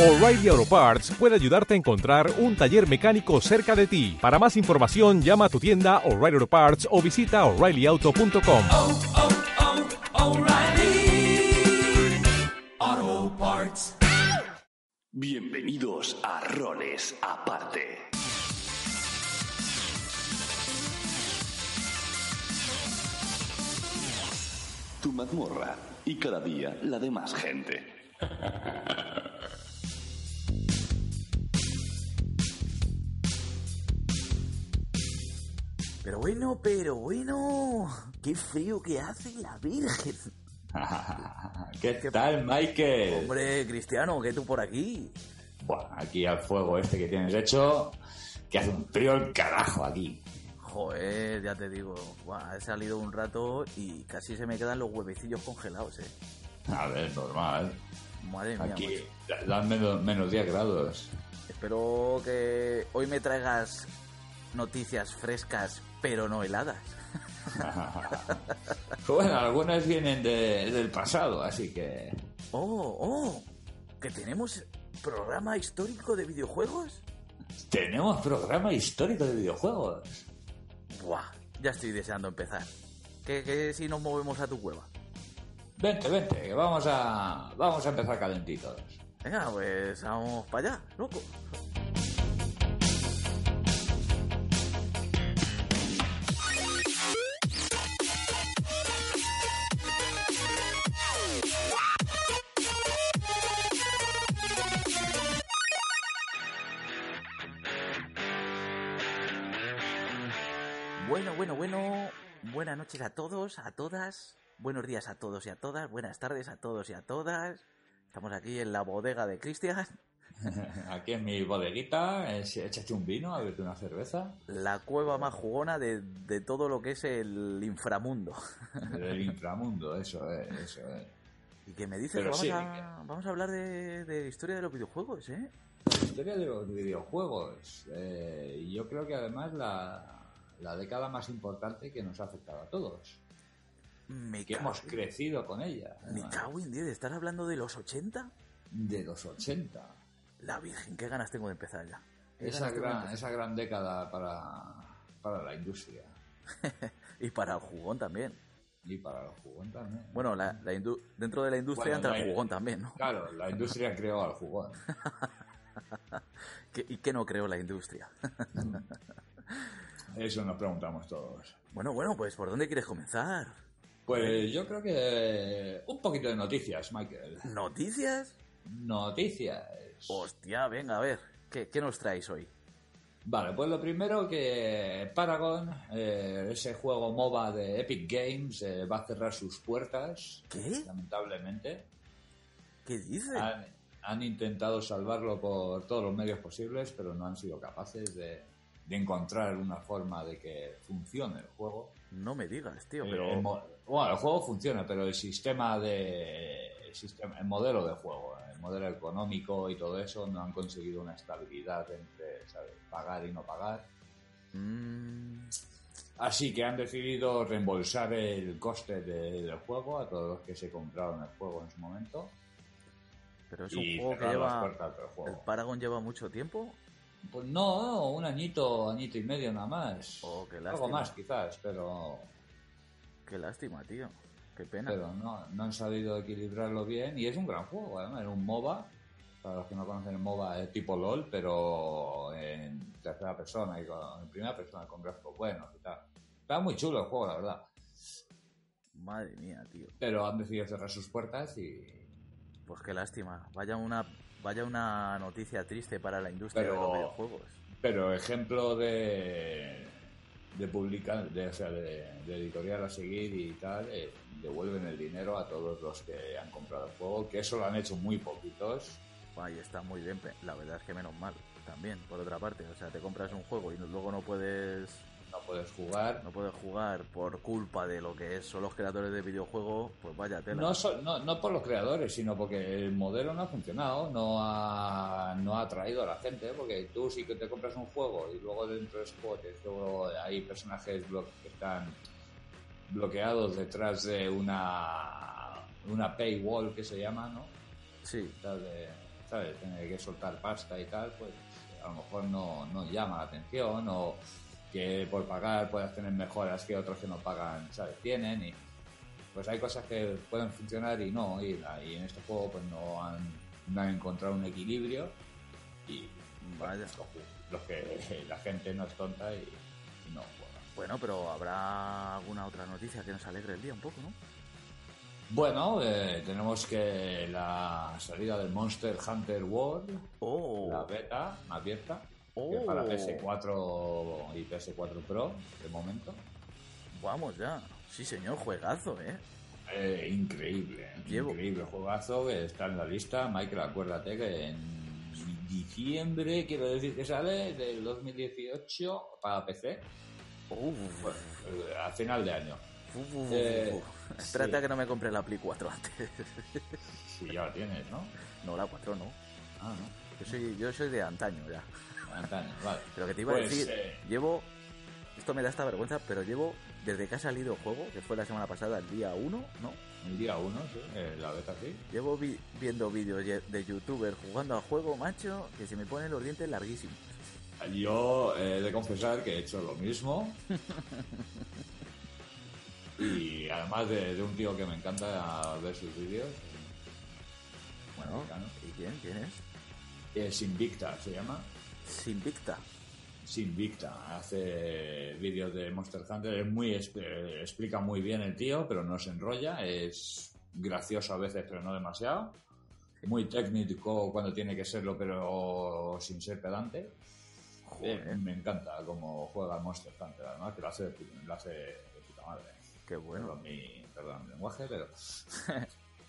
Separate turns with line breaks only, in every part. O'Reilly Auto Parts puede ayudarte a encontrar un taller mecánico cerca de ti. Para más información, llama a tu tienda O'Reilly Auto Parts o visita oreillyauto.com.
Oh, O'Reilly Auto Parts.
Bienvenidos a Roles Aparte. Tu mazmorra y cada día la de más gente.
Pero bueno, pero bueno, qué frío que hace la Virgen.
¿Qué tal, Michael?
Hombre, Cristiano, que tú por aquí.
Buah, aquí al fuego este que tienes hecho, que hace un frío el carajo aquí.
Joder, ya te digo, buah, he salido un rato y casi se me quedan los huevecillos congelados, eh.
A ver, normal.
Madre mía,
Aquí
macho.
dan menos, menos 10 grados.
Espero que hoy me traigas noticias frescas, pero no heladas.
Bueno, algunas vienen de- del pasado, así que...
Oh, oh, que tenemos programa histórico de videojuegos.
Tenemos programa histórico de videojuegos.
Buah, ya estoy deseando empezar. ¿Qué, qué si nos movemos a tu cueva?
Vente, vente, que vamos a, vamos a empezar calentitos.
Venga, pues vamos para allá, loco. Bueno, bueno, bueno. Buenas noches a todos, a todas. Buenos días a todos y a todas. Buenas tardes a todos y a todas. Estamos aquí en la bodega de Cristian,
Aquí en mi bodeguita, eh, si échate un vino, a una cerveza.
la cueva más jugona de, de todo lo que es el inframundo.
Del inframundo, eso es, eso es.
Y que me dices,
Pero
vamos,
sí,
a, vamos a hablar de, de historia de los videojuegos, ¿eh?
historia de los videojuegos. Eh, yo creo que además la, la década más importante que nos ha afectado a todos.
Me
Que
cago,
hemos crecido con ella.
me
además.
cago en 10, ¿estás hablando de los 80?
De los 80.
La virgen, qué ganas tengo de empezar ya. Qué
Esa
ganas tengo de
gran,
empezar.
esa gran década para, para la industria.
Y para el jugón también.
Y para los jugón también.
Bueno, la, la indu- dentro de la industria
Bueno,
entra
no
el
hay-
jugón también, ¿no?
Claro, la industria creó al jugón.
¿Qué- ¿Y qué no creó la industria?
Eso nos preguntamos todos.
Bueno, bueno, pues ¿por dónde quieres comenzar?
Pues yo creo que un poquito de noticias, Michael.
¿Noticias?
Noticias.
Hostia, venga, a ver, ¿qué, qué nos traéis hoy?
Vale, pues lo primero que Paragon, eh, ese juego MOBA de Epic Games, eh, va a cerrar sus puertas,
¿Qué?
lamentablemente.
¿Qué dices?
Han, han intentado salvarlo por todos los medios posibles, pero no han sido capaces de, de encontrar una forma de que funcione el juego.
No me digas, tío,
Eh,
pero...
el mo- bueno, el juego funciona, pero el sistema de el, sistema, el modelo de juego, el modelo económico y todo eso no han conseguido una estabilidad entre ¿sabes? pagar y no pagar.
Mm,
Así que han decidido reembolsar el coste de- del juego a todos los que se compraron el juego en su momento.
pero es
y
un juego que
cerrar las
lleva...
puertas del
El
juego.
Paragon lleva mucho tiempo.
Pues no, un añito, añito y medio nada más.
Oh, qué
Algo
lástima.
más quizás, pero,
Qué lástima, tío. Qué pena.
pero no, no han sabido equilibrarlo bien. Y es un gran juego, además, es un MOBA. Para los que no conocen el MOBA es tipo LOL, pero en tercera persona y con- en primera persona con gráficos buenos y tal. Está muy chulo el juego, la verdad.
Madre mía, tío.
Pero han decidido cerrar sus puertas y
Pues qué lástima. Vaya una, vaya una noticia triste para la industria de
Pero-
los videojuegos.
Pero ejemplo de de publicar, de, o sea, de, de editorial a seguir y tal, eh, devuelven el dinero a todos los que han comprado el juego, que eso lo han hecho muy poquitos.
Ahí está muy bien. pe- La verdad es que menos mal. También, por otra parte. O sea, te compras un juego y no- luego no puedes...
No puedes jugar.
No puedes jugar por culpa de lo que son los creadores de videojuegos. Pues vaya tela.
No, so- no, no por los creadores, sino porque el modelo no ha funcionado, no ha, no ha atraído a la gente, porque tú sí que te compras un juego y luego dentro de ese juego te- luego hay personajes blo- que están bloqueados detrás de una, una paywall que se llama, ¿no?
Sí.
tal de- ¿sabes? Tener que soltar pasta y tal, pues a lo mejor no, no llama la atención o que por pagar puedas tener mejoras que otros que no pagan, ¿sabes? Tienen y pues hay cosas que pueden funcionar y no, y, y en este juego pues no han, no han encontrado un equilibrio y
Vaya.
los, que- los que la gente no es tonta y, y no juega.
Bueno, pero habrá alguna otra noticia que nos alegre el día un poco, ¿no?
Bueno, eh, tenemos que la salida del Monster Hunter World, la
¡Oh!
beta abierta, que es
Oh.
para PS4 y PS4 Pro de momento.
Vamos ya. Sí, señor, juegazo, ¿eh?
Eh, increíble,
Llevo.
increíble juegazo que está en la lista. Michael, acuérdate que en diciembre, quiero decir que sale del 2018 para PC,
Uf,
bueno, eh, a final de año.
uf, uf, uf,
eh,
uf. Espérate a
sí.
que no me compre la Play 4 antes.
Si ya la tienes, ¿no?
No, la 4 no.
Ah, no.
Yo soy, yo soy de antaño ya.
Antaño, vale.
Pero que te iba a
Pues,
decir,
eh,
llevo. Esto me da esta vergüenza, pero llevo desde que ha salido el juego, que fue la semana pasada, el día 1, ¿no?
El día 1, sí, eh, la beta sí.
Llevo vi- viendo vídeos ye- de youtubers jugando al juego, macho, que se me ponen los dientes larguísimos.
Yo eh, he de confesar que he hecho lo mismo. y además de, de un tío que me encanta ver sus vídeos.
Bueno,
Americano.
¿y quién? ¿Quién es?
Es Invicta, se llama.
Sinvicta.
Sinvicta. Hace vídeos de Monster Hunter. Es muy, es- eh, explica muy bien el tío, pero no se enrolla. Es gracioso a veces, pero no demasiado. Muy técnico cuando tiene que serlo, pero sin ser pedante.
Joder,
Eh, me encanta cómo juega el Monster Hunter, además que lo hace, de pu- lo hace de puta madre.
qué bueno.
Perdón mi, perdón mi lenguaje, pero,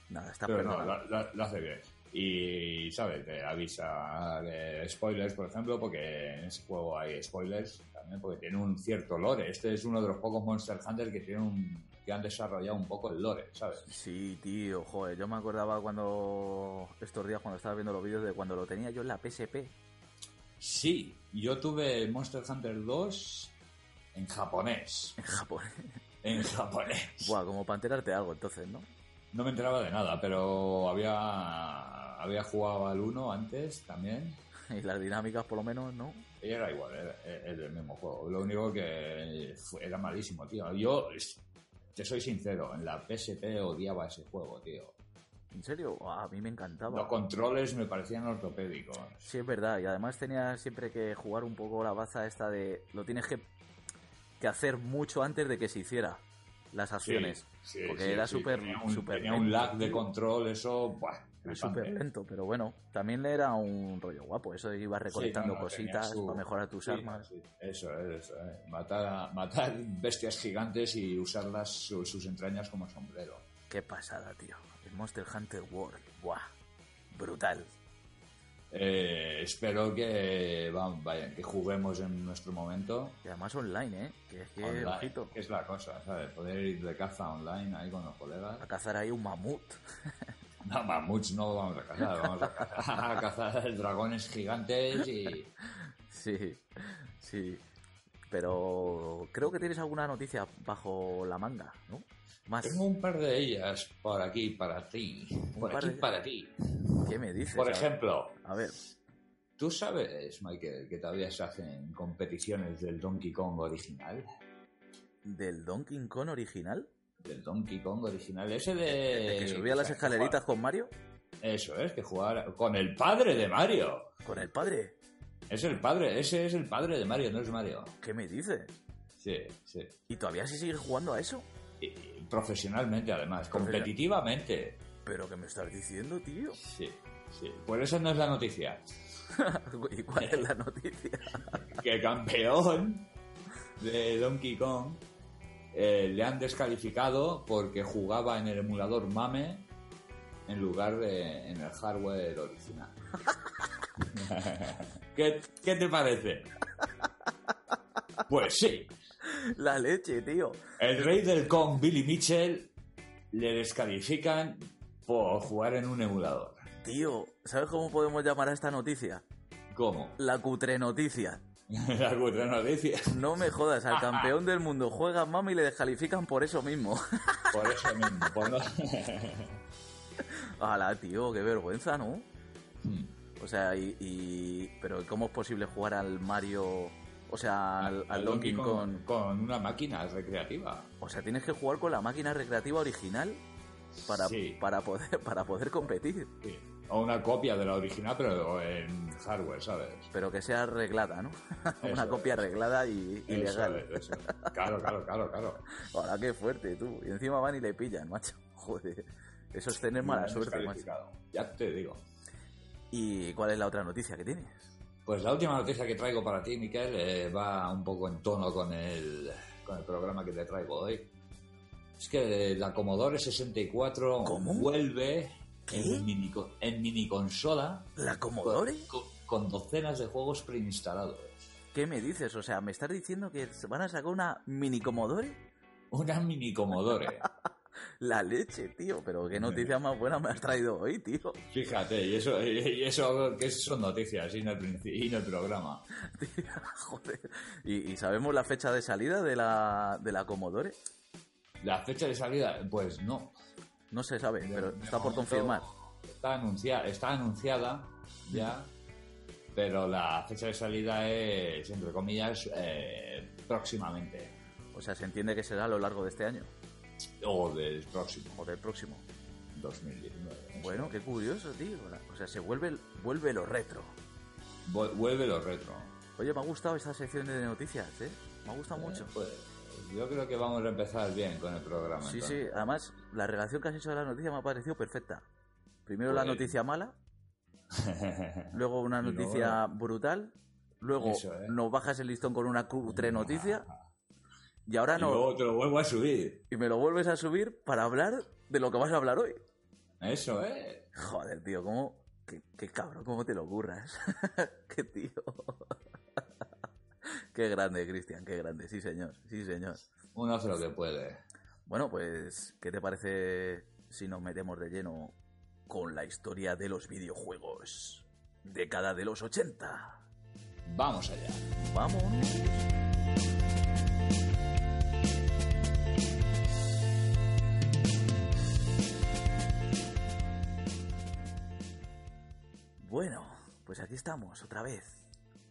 Nada, está
pero no,
perdonado.
lo, lo- lo hace bien. Y, ¿sabes? Te avisa de spoilers, por ejemplo, porque en ese juego hay spoilers también, porque tiene un cierto lore. Este es uno de los pocos Monster Hunter que, tiene un, que han desarrollado un poco el lore, ¿sabes?
Sí, tío, joder, yo me acordaba cuando. Estos días cuando estaba viendo los vídeos de cuando lo tenía yo en la PSP.
Sí, yo tuve Monster Hunter 2 en japonés.
En Japón.
En japonés.
Buah, como para enterarte de algo entonces, ¿no?
No me enteraba de nada, pero había, había jugado al 1 antes también.
Y las dinámicas, por lo menos, ¿no?
Y era igual, era, era el mismo juego. Lo único que fue- era malísimo, tío. Yo, es- te soy sincero, en la PSP odiaba ese juego, tío.
¿En serio? Buah, a mí me encantaba.
Los controles me parecían ortopédicos.
Sí, es verdad. Y además tenía siempre que jugar un poco la baza esta de... Lo tienes que, que hacer mucho antes de que se hiciera las acciones.
Sí,
porque
sí,
era
sí,
súper...
Tenía, un,
súper
tenía un lag
lento,
de
tío.
control, eso. buah,
Era
flipante.
súper lento, pero bueno. También era un rollo guapo. Eso de que ibas recolectando
Sí, no, no, tenía
cositas
su-
para mejorar tus
sí,
armas.
sí, Eso es, eso es. Matar, a- matar bestias gigantes y usarlas su- sus entrañas como sombrero.
Qué pasada, tío. El Monster Hunter World. Buah. Brutal.
Eh, espero que, vam- vaya, que juguemos en nuestro momento.
Y además online, ¿eh? Que es que,
online,
ojito,
que es la cosa, ¿sabes? Poder ir de caza online ahí con los colegas.
a cazar ahí un mamut.
No, mamuts no vamos a cazar, vamos a cazar, a cazar dragones gigantes y...
Sí, sí. Pero creo que tienes alguna noticia bajo la manga, ¿no? Más.
Tengo un par de ellas por aquí para ti. Por
par
aquí
de-
para ti.
¿Qué me dices?
Por
A ver,
ejemplo,
A ver,
¿Tú sabes, Michael, que todavía se hacen competiciones del Donkey Kong original?
¿del Donkey Kong original?
Del Donkey Kong original, ese de...
¿El que subía las escaleritas con Mario?
Eso es, que jugaba con el padre de Mario.
¿Con el padre?
Es el padre, ese es el padre de Mario, no es Mario.
¿Qué me dices?
Sí, sí.
¿Y todavía se sigue jugando a eso?
Y- y eh, profesionalmente, además,
Profesional.
competitivamente.
¿Pero qué me estás diciendo, tío?
Sí, sí. Pues esa no es la noticia.
¿Y cuál es la noticia?
que el campeón de Donkey Kong eh, le han descalificado porque jugaba en el emulador MAME en lugar de en el hardware original. ¿Qué, qué te parece? Pues sí,
La leche, tío.
el rey del Kong, Billy Mitchell, le descalifican por jugar en un emulador.
Tío, ¿sabes cómo podemos llamar a esta noticia?
¿Cómo?
La cutre noticia.
La buena noticia.
No me jodas, al campeón del mundo juega mami y le descalifican por eso mismo.
Por eso mismo. por no-
Ala, tío, qué vergüenza, ¿no?
Hmm.
O sea, y, y- Pero ¿cómo es posible jugar al Mario... O sea, al, al Donkey Kong...
con una máquina recreativa.
O sea, tienes que jugar con la máquina recreativa original para,
Sí.
para, poder, para poder competir.
Sí. O una copia de la original, pero en hardware, ¿sabes?
Pero que sea arreglada, ¿no? Una
Eso
copia arreglada y, y
Eso
legal.
es, eso es. Claro, claro, claro, claro.
Ahora qué fuerte, tú. Y encima van y le pillan, macho. Joder. Eso es tener mala
Muy
suerte, macho.
descalificado. Ya te digo.
¿Y cuál es la otra noticia que tienes?
Pues la última noticia que traigo para ti, Miquel, eh, va un poco en tono con el, con el programa que te traigo hoy. Es que la Commodore 64
¿Cómo?
vuelve
¿Qué?
en mini, en miniconsola
¿La
con,
Commodore?
con- con docenas de juegos preinstalados.
¿Qué me dices? O sea, ¿me estás diciendo que se van a sacar una mini Commodore?
Una mini Commodore.
La leche, tío. Pero qué noticia más buena me has traído hoy, tío.
Fíjate, y eso, y eso que son noticias y no el, princi- y no el programa.
Tío, Joder. ¿Y, y sabemos la fecha de salida de la, de la Commodore?
La fecha de salida, pues no.
No se sabe,
De-
pero
de
está por
momento
confirmar.
Está anunciada, está anunciada ya, pero la fecha de salida es, entre comillas, eh, próximamente.
O sea, se entiende que será a lo largo de este año
O del próximo,
o del próximo.
2019. ¿eh?
Bueno, qué curioso, tío. O sea, se vuelve, vuelve lo retro.
Vu- Vuelve lo retro.
Oye, me ha gustado esta sección de noticias, ¿eh? Me ha gustado mucho.
Pues, yo creo que vamos a empezar bien con el programa.
Sí, sí,
entonces.
además, la relación que has hecho de la noticia me ha parecido perfecta. Primero la
Pues-
noticia mala, luego una
Y luego-
noticia brutal, luego
Eso, ¿eh?
nos bajas el listón con una cutre noticia, y ahora
Y
Ah, no.
luego te lo vuelvo a subir.
Y me lo vuelves a subir para hablar de lo que vas a hablar hoy.
Eso, ¿eh?
Joder, tío, ¿cómo? Qué, qué cabrón, ¿cómo te lo curras? qué tío. qué grande, Cristian, qué grande. Sí, señor, sí, señor.
Uno hace lo que puede.
Bueno, pues, ¿qué te parece si nos metemos de lleno con la historia de los videojuegos? Década de los 80.
Vamos allá.
Vamos. Bueno, pues aquí estamos otra vez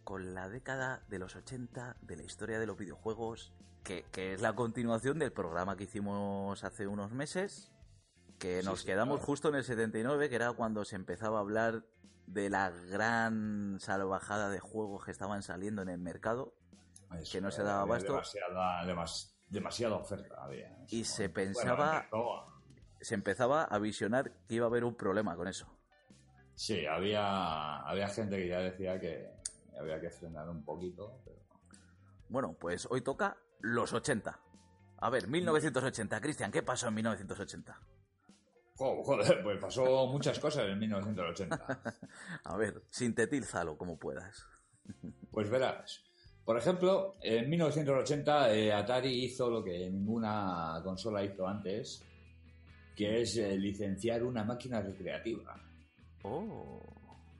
con la década de los 80 de la historia de los videojuegos, que, que es la continuación del programa que hicimos hace unos meses, que
Sí,
nos
sí,
quedamos
claro.
justo en el 79, que era cuando se empezaba a hablar de la gran salvajada de juegos que estaban saliendo en el mercado
Eso,
que no se
eh,
daba
había
abasto.
Demasiada, demas- demasiada oferta había. en ese
y se
momento.
pensaba,
Bueno, empezó-
se empezaba a visionar que iba a haber un problema con eso.
sí, había, había gente que ya decía que había que frenar un poquito, pero
Bueno, pues hoy toca los 80. A ver, 1980, Cristian, ¿qué pasó en 1980?
Jo- joder, pues pasó muchas cosas en 1980.
A ver, sintetízalo como puedas.
Pues verás. Por ejemplo, en 1980 eh, Atari hizo lo que ninguna consola hizo antes, que es eh, licenciar una máquina recreativa.
Oh,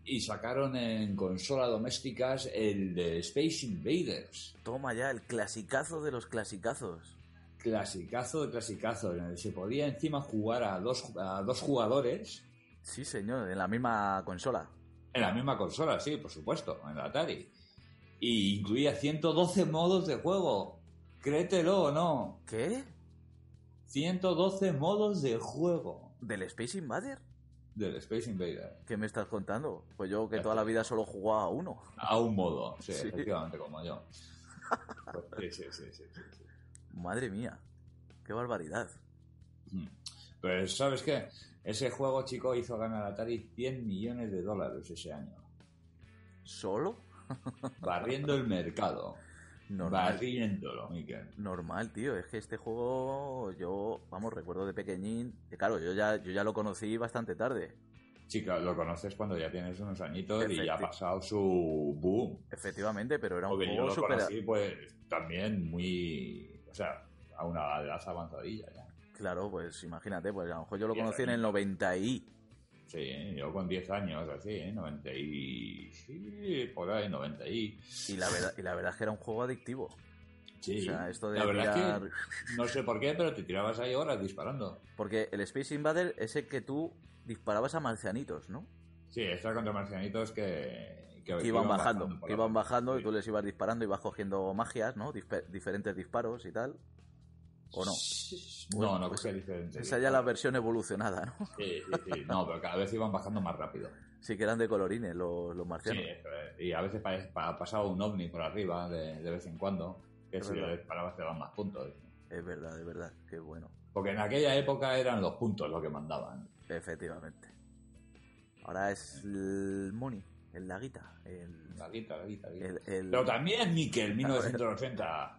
y sacaron en consola domésticas el de Space Invaders.
toma ya el clasicazo de los clasicazos.
Clasicazo de clasicazo, en el que se podía encima jugar a dos, a dos jugadores
Sí, señor, en la misma consola.
en la misma consola, sí, por supuesto, en la Atari. Y incluía 112 modos de juego. Créetelo o no,
¿Qué?
112 modos de juego
¿Del Space Invader?
del Space Invaders.
¿Qué me estás contando? Pues yo que toda la vida solo jugaba a uno.
A un modo, sí,
Sí.
efectivamente, como yo. Pues sí, sí, sí, sí, sí, sí.
Madre mía, qué barbaridad.
Mm. Pues, ¿sabes qué? Ese juego, chico, hizo ganar a Atari 100 millones de dólares ese año.
¿Solo?
Barriendo el mercado.
Normal.
Barriéndolo, Miquel.
Normal, tío. Es que este juego yo, vamos, recuerdo de pequeñín. que claro, yo ya, yo ya lo conocí bastante tarde.
Chica, lo conoces cuando ya tienes unos añitos y ya ha
Efecti-
pasado su boom.
Efectivamente, pero era un
Porque yo
juego
lo
súper...
conocí, pues, también muy... O sea, a una edad avanzadilla ya.
Claro, pues imagínate, pues a lo mejor yo lo
Diez
conocí en el 90 y...
Sí, yo con 10 años, así, ¿eh? 90 y... Sí, por ahí, 90 y...
Y la verdad, y la verdad es que era un juego adictivo.
Sí,
O sea, esto de
la verdad es
tirar-
que no sé por qué, pero te tirabas ahí horas disparando.
Porque el Space Invader es el que tú disparabas a marcianitos, ¿no?
Sí, está contra marcianitos Pues que,
Que iban bajando, que iban bajando y tú les ibas disparando y vas cogiendo magias, ¿no? Dispe- diferentes disparos y tal. ¿O no?
No, no,
Bueno, pues
cogía diferente.
Esa ya la versión evolucionada, ¿no?
Sí, sí, sí. No, pero cada vez iban bajando más rápido.
Sí que eran de colorines los, los
Sí,
marcianos.
eso es. y a veces pa- pa- pasaba un ovni por arriba de, de vez en cuando, que
Es
si le
verdad.
disparabas te daban más puntos.
Es verdad, es verdad. Qué bueno.
Porque en aquella época eran los puntos lo que mandaban.
Efectivamente. Ahora es el money, el laguita. El,
La guita, la guita, la guita.
el- el-
Pero también, Miquel, 1980.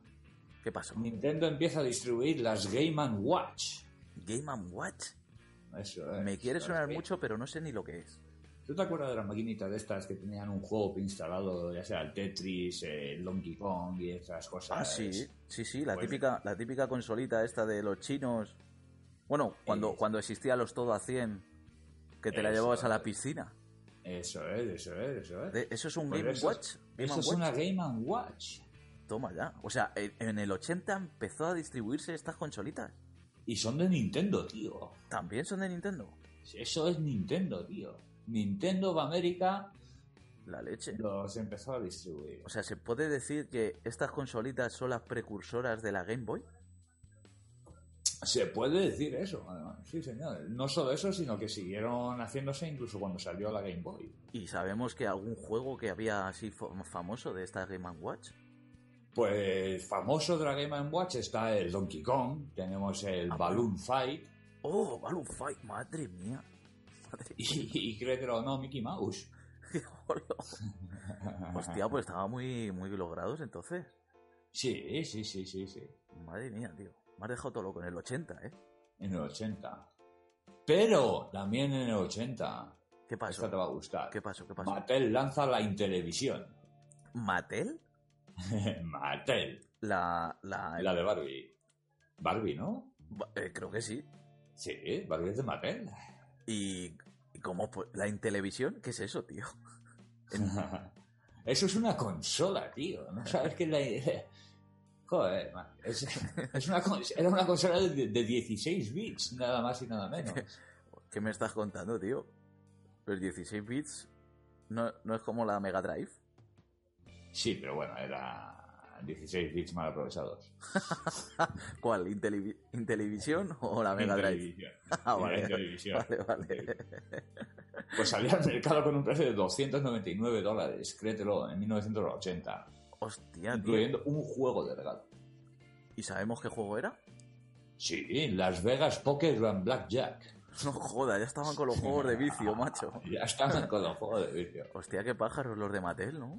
¿Qué pasó?
Nintendo empieza a distribuir las Game Watch.
Game and Watch.
Eso es.
Me quiere
Las
sonar
Game-
mucho, pero no sé ni lo que es.
¿Tú te acuerdas de las maquinitas de estas que tenían un juego instalado, ya sea el Tetris, el Donkey Kong y esas cosas?
Ah, sí, sí, sí, la
Bueno.
típica, la típica consolita esta de los chinos. Bueno, cuando,
Eh.
cuando existía los todo a 100, que te la
Eso.
llevabas a la piscina.
Eso es, eso es, eso es.
De- eso es un
Pues
Game
eso es-
Watch. Game
Eso
and
es
Watch.
una Game Watch.
Toma ya. O sea, en, en el 80 empezó a distribuirse estas consolitas.
Y son de Nintendo, tío.
También son de Nintendo.
Eso es Nintendo, tío. Nintendo of America
La leche.
los empezó a distribuir.
O sea, ¿se puede decir que estas consolitas son las precursoras de la Game Boy?
Se puede decir eso, además. Sí, señor. No solo eso, sino que siguieron haciéndose incluso cuando salió la Game Boy.
Y sabemos que algún juego que había así fam- famoso de esta Game Watch.
Pues famoso de la Game and Watch está el Donkey Kong, tenemos el
Ah,
Balloon Fight
¡Oh, Balloon Fight! ¡Madre mía! ¡Madre mía!
y, y créetelo o no, Mickey Mouse.
Hostia, pues estaba muy, muy logrados entonces.
Sí, sí, sí, sí, sí.
Madre mía, tío. Me has dejado todo loco en el 80, ¿eh?
En el 80. Pero también en el 80.
¿Qué pasó?
Esta te va a gustar.
Ah, ¿Qué pasó? ¿Qué pasó?
Mattel lanza la Intelevisión.
¿Mattel?
Mattel.
La. la,
La de Barbie. Barbie, ¿no?
Ba- eh, creo que sí.
Sí, Barbie es de Mattel.
¿Y y cómo? pues, ¿La Intelevisión? ¿Qué es eso, tío?
Eso es una consola, tío. No sabes qué es la idea. Joder, man. Es- es una con- era una consola de, de 16 bits, nada más y nada menos.
¿Qué me estás contando, tío? Los 16 bits no, no es como la Mega Drive.
Sí, pero bueno, era 16 bits mal aprovechados.
¿Cuál? ¿Intelivi- ¿Intelivisión o la Mega Drive?
Intelivisión.
Ah,
Era
vale.
Intelivisión.
Vale, vale.
Pues salía al mercado con un precio de 299 dólares, créetelo, en 1980,
Hostia, tío.
incluyendo un juego de regalo.
¿Y sabemos qué juego era?
Sí, Las Vegas Poker and Blackjack.
No joda, ya estaban con los juegos de vicio, macho.
Ya estaban con los juegos de vídeo.
Hostia, qué pájaros los de Mattel, ¿no?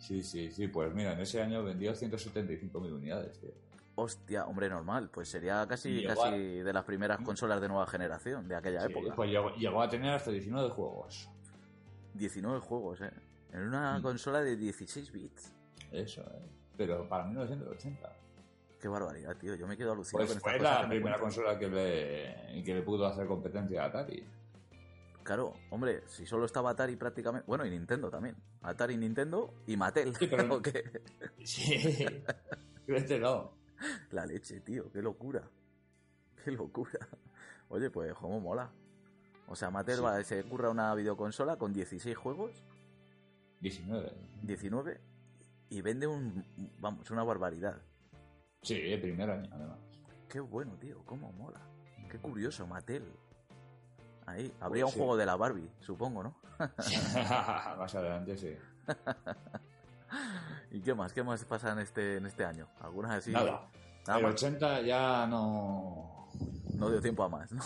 Sí, sí, sí, pues mira, en ese año vendió 175.000 unidades, tío.
Hostia, hombre, normal. Pues sería casi,
Y
casi
igual- Mm.
de las primeras consolas de nueva generación, de aquella
Sí,
época.
pues llegó, llegó a tener hasta 19 juegos.
19 juegos, ¿eh? En una
Mm.
consola de 16 bits.
Eso, ¿eh? Pero para 1980.
Qué barbaridad, tío. Yo me quedo alucinado
Pues
con
fue
estas cosas.
la
que me
primera
cuentan.
consola que le, que le pudo hacer competencia a Atari.
Claro, hombre, si solo estaba Atari prácticamente... Bueno, y Nintendo también. Atari, Nintendo y Mattel.
Sí, pero-
¿O qué?
Sí, Este créetelo.
La leche, tío. Qué locura. Qué locura. Oye, pues, cómo mola. O sea, Mattel
Sí.
va- se curra una videoconsola con 16 juegos
19.
19 y vende un vamos, una barbaridad.
Sí, el primer año, además.
Qué bueno, tío, cómo mola. Qué curioso, Mattel. Ahí, habría
Pues
un
sí.
juego de la Barbie, supongo, ¿no?
Más adelante, sí.
¿Y qué más? ¿Qué más pasa en este, en este año? Algunas así.
Nada.
Nada
el
más.
80 ya no,
No dio tiempo a más, ¿no?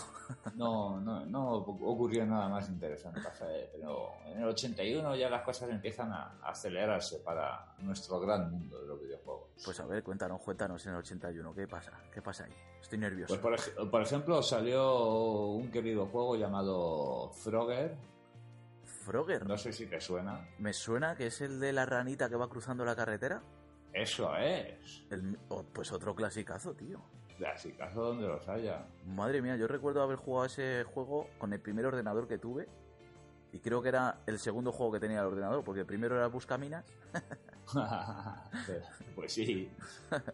no, no, no ocurrió nada más interesante. o sea, Pero en el 81 ya las cosas empiezan a acelerarse para nuestro gran mundo de los videojuegos.
Pues a ver, cuéntanos, cuéntanos en el 81, ¿qué pasa? ¿Qué pasa ahí? Estoy nervioso.
Pues por, ej- por ejemplo, salió un querido juego llamado Frogger.
Frogger,
No sé si te suena.
me suena que es el de la ranita que va cruzando la carretera.
Eso es.
El- o- pues otro clasicazo, tío.
Así caso donde los haya.
Madre mía, yo recuerdo haber jugado ese juego con el primer ordenador que tuve. Y creo que era el segundo juego que tenía el ordenador, porque el primero era Buscaminas.
pues sí. Sí,